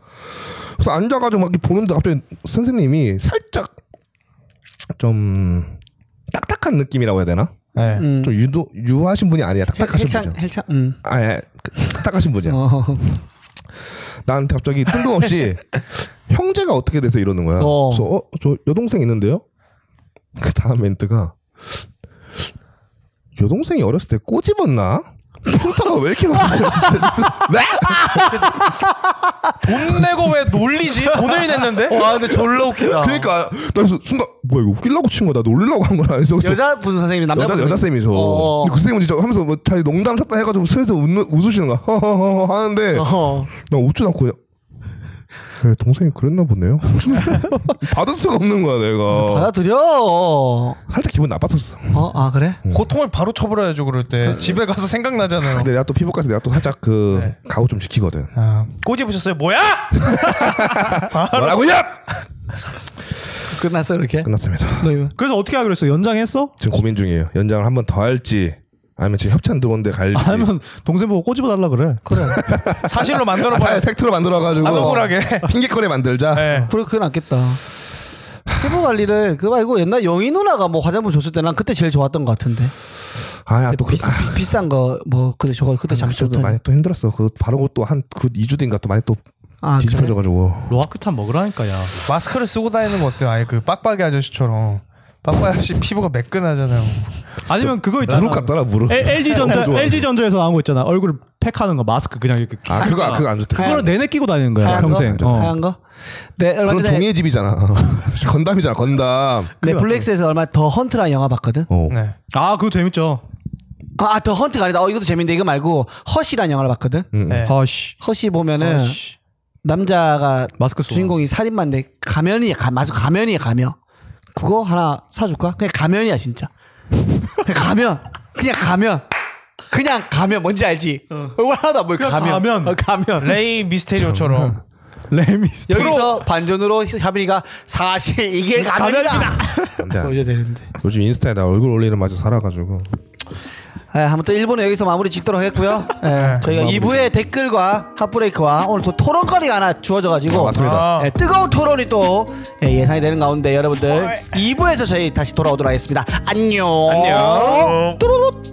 [SPEAKER 3] 그래서 앉아가지고 막 이렇게 보는데 갑자기 선생님이 살짝 좀 딱딱한 느낌이라고 해야 되나?
[SPEAKER 2] 네.
[SPEAKER 1] 음.
[SPEAKER 3] 좀 유도, 유하신 분이 아니야. 딱딱하신 분이야.
[SPEAKER 1] 헬창, 헬창, 음.
[SPEAKER 3] 아, 예. 그 딱딱하신 분이야.
[SPEAKER 1] 어.
[SPEAKER 3] 나한테 갑자기 뜬금없이 형제가 어떻게 돼서 이러는 거야.
[SPEAKER 1] 어.
[SPEAKER 3] 그래서 어, 저 여동생 있는데요. 그 다음 멘트가 여동생이 어렸을 때 꼬집었나? 평타가 왜 이렇게 많아?
[SPEAKER 2] 돈 내고 왜 놀리지? 돈을 냈는데?
[SPEAKER 1] 와 근데 졸라 웃기다.
[SPEAKER 3] 그러니까 나 그래서 순간 뭐야 이거 웃기려고 친 거다 놀리려고 한 거라 해서 그래서
[SPEAKER 1] 여자 무슨 선생님이 남자
[SPEAKER 3] 여자
[SPEAKER 1] 무슨
[SPEAKER 3] 여자 쌤이죠.
[SPEAKER 1] 어.
[SPEAKER 3] 근데 그 쌤은 진짜 하면서 뭐 자기 농담 쳤다 해가지고 슬슬 웃는, 웃으시는 거야. 허허허 하는데
[SPEAKER 1] 어.
[SPEAKER 3] 나 웃지도 않고 그냥 네, 동생이 그랬나 보네요. 받을 수가 없는 거야 내가.
[SPEAKER 1] 받아들여. 어,
[SPEAKER 3] 살짝 기분 나빴었어.
[SPEAKER 1] 아 그래?
[SPEAKER 3] 음.
[SPEAKER 2] 음. 고통을 바로 처벌해야죠 그럴 때 집에 가서 생각나잖아요
[SPEAKER 1] 네.
[SPEAKER 3] 근데 내가 또 피부과에서 내가 또 살짝 그
[SPEAKER 2] 네.
[SPEAKER 3] 가오 좀 지키거든.
[SPEAKER 2] 아, 꼬집으셨어요 뭐야? 아,
[SPEAKER 3] 뭐라고요?
[SPEAKER 1] 끝났어 이렇게.
[SPEAKER 3] 끝났습니다.
[SPEAKER 1] 너 이거
[SPEAKER 4] 그래서 어떻게 하기로 했어? 연장했어?
[SPEAKER 3] 지금 고민 중이에요. 연장을 한 번 더 할지 아니면 지금 협찬 들어온데 갈지.
[SPEAKER 4] 아니면 동생 보고 꼬집어 달라 그래.
[SPEAKER 1] 그래.
[SPEAKER 2] 사실로
[SPEAKER 3] 아,
[SPEAKER 2] 만들어봐야
[SPEAKER 3] 아예 팩트로 만들어가지고
[SPEAKER 2] 안 억울하게
[SPEAKER 3] 핑계거리 만들자.
[SPEAKER 2] 네.
[SPEAKER 1] 그래 그건 낫겠다. 피부 관리를 그 말고 옛날 영희 누나가 뭐 화장품 줬을 때 난 그때 제일 좋았던 것 같은데.
[SPEAKER 3] 아야 또 그,
[SPEAKER 1] 비, 비싼 거 뭐 그때 저거 그때 잠시
[SPEAKER 3] 도
[SPEAKER 1] 좋더니.
[SPEAKER 3] 많이 또 힘들었어. 그 바르고 또 한 그 2주 뒤인가 또 많이 또
[SPEAKER 1] 아 그래?
[SPEAKER 3] 뒤집어져가지고.
[SPEAKER 4] 로아큐탄 먹으라니까 야.
[SPEAKER 2] 마스크를 쓰고 다니는 거 어때요? 아예 그 빡빡이 아저씨처럼 빡빡이 아저씨 피부가 매끈하잖아요
[SPEAKER 4] 아니면 그거 있잖아.
[SPEAKER 3] 무릎 같더라 무릎.
[SPEAKER 4] LG
[SPEAKER 3] 너무
[SPEAKER 4] 전자
[SPEAKER 3] 어, 좋아.
[SPEAKER 4] LG 전자에서 나온 거 있잖아. 얼굴 팩하는 거 마스크 그냥 이렇게.
[SPEAKER 3] 아
[SPEAKER 4] 끼는
[SPEAKER 3] 그거
[SPEAKER 4] 거야.
[SPEAKER 3] 그거 안 좋다.
[SPEAKER 4] 그거를 내내 끼고 다니는 거야
[SPEAKER 1] 하얀
[SPEAKER 4] 평생.
[SPEAKER 1] 거?
[SPEAKER 4] 어.
[SPEAKER 1] 하얀 거? 네 얼마
[SPEAKER 3] 그건
[SPEAKER 1] 전에
[SPEAKER 3] 종이의 집이잖아. 건담이잖아 건담.
[SPEAKER 1] 넷플릭스에서 얼마 더 헌트라는 영화 봤거든.
[SPEAKER 3] 어.
[SPEAKER 2] 그 네.
[SPEAKER 4] 아 그거 재밌죠.
[SPEAKER 1] 아 더 헌트가 아니다. 어 이것도 재밌는데 이거 말고 허시라는 영화를 봤거든.
[SPEAKER 3] 음.
[SPEAKER 2] 네.
[SPEAKER 4] 허쉬.
[SPEAKER 1] 허시 보면은
[SPEAKER 4] 허쉬.
[SPEAKER 1] 남자가
[SPEAKER 4] 마스크 쏘.
[SPEAKER 1] 주인공이 살인마인데 가면이 가, 마스 가면이 가면 그거 하나 사줄까? 그냥 가면이야 진짜. 그냥 가면 그냥 가면 그냥 가면 뭔지 알지? 얼굴 하나도 안 보여.
[SPEAKER 4] 그냥
[SPEAKER 1] 가면
[SPEAKER 4] 가면.
[SPEAKER 1] 어, 가면.
[SPEAKER 2] 레이 미스테리오처럼
[SPEAKER 4] 레미스.
[SPEAKER 1] 여기서 반전으로 샤빈이가 사실 이게 어, 가면이다.
[SPEAKER 3] 안 돼, 안 돼.
[SPEAKER 1] 보여야 되는데.
[SPEAKER 3] 요즘 인스타에 나 얼굴 올리는 마저 살아가지고.
[SPEAKER 1] 예, 아무튼 일본은 여기서 마무리 짓도록 하겠고요. 예,
[SPEAKER 3] 네,
[SPEAKER 1] 저희가 2부의 댓글과 핫브레이크와 오늘 또 토론거리가 하나 주어져가지고
[SPEAKER 3] 아, 맞습니다.
[SPEAKER 2] 아.
[SPEAKER 1] 예, 뜨거운 토론이 또 예, 예상이 되는 가운데 여러분들 2부에서 저희 다시 돌아오도록 하겠습니다. 안녕.
[SPEAKER 2] 안녕.
[SPEAKER 1] 뚜루루.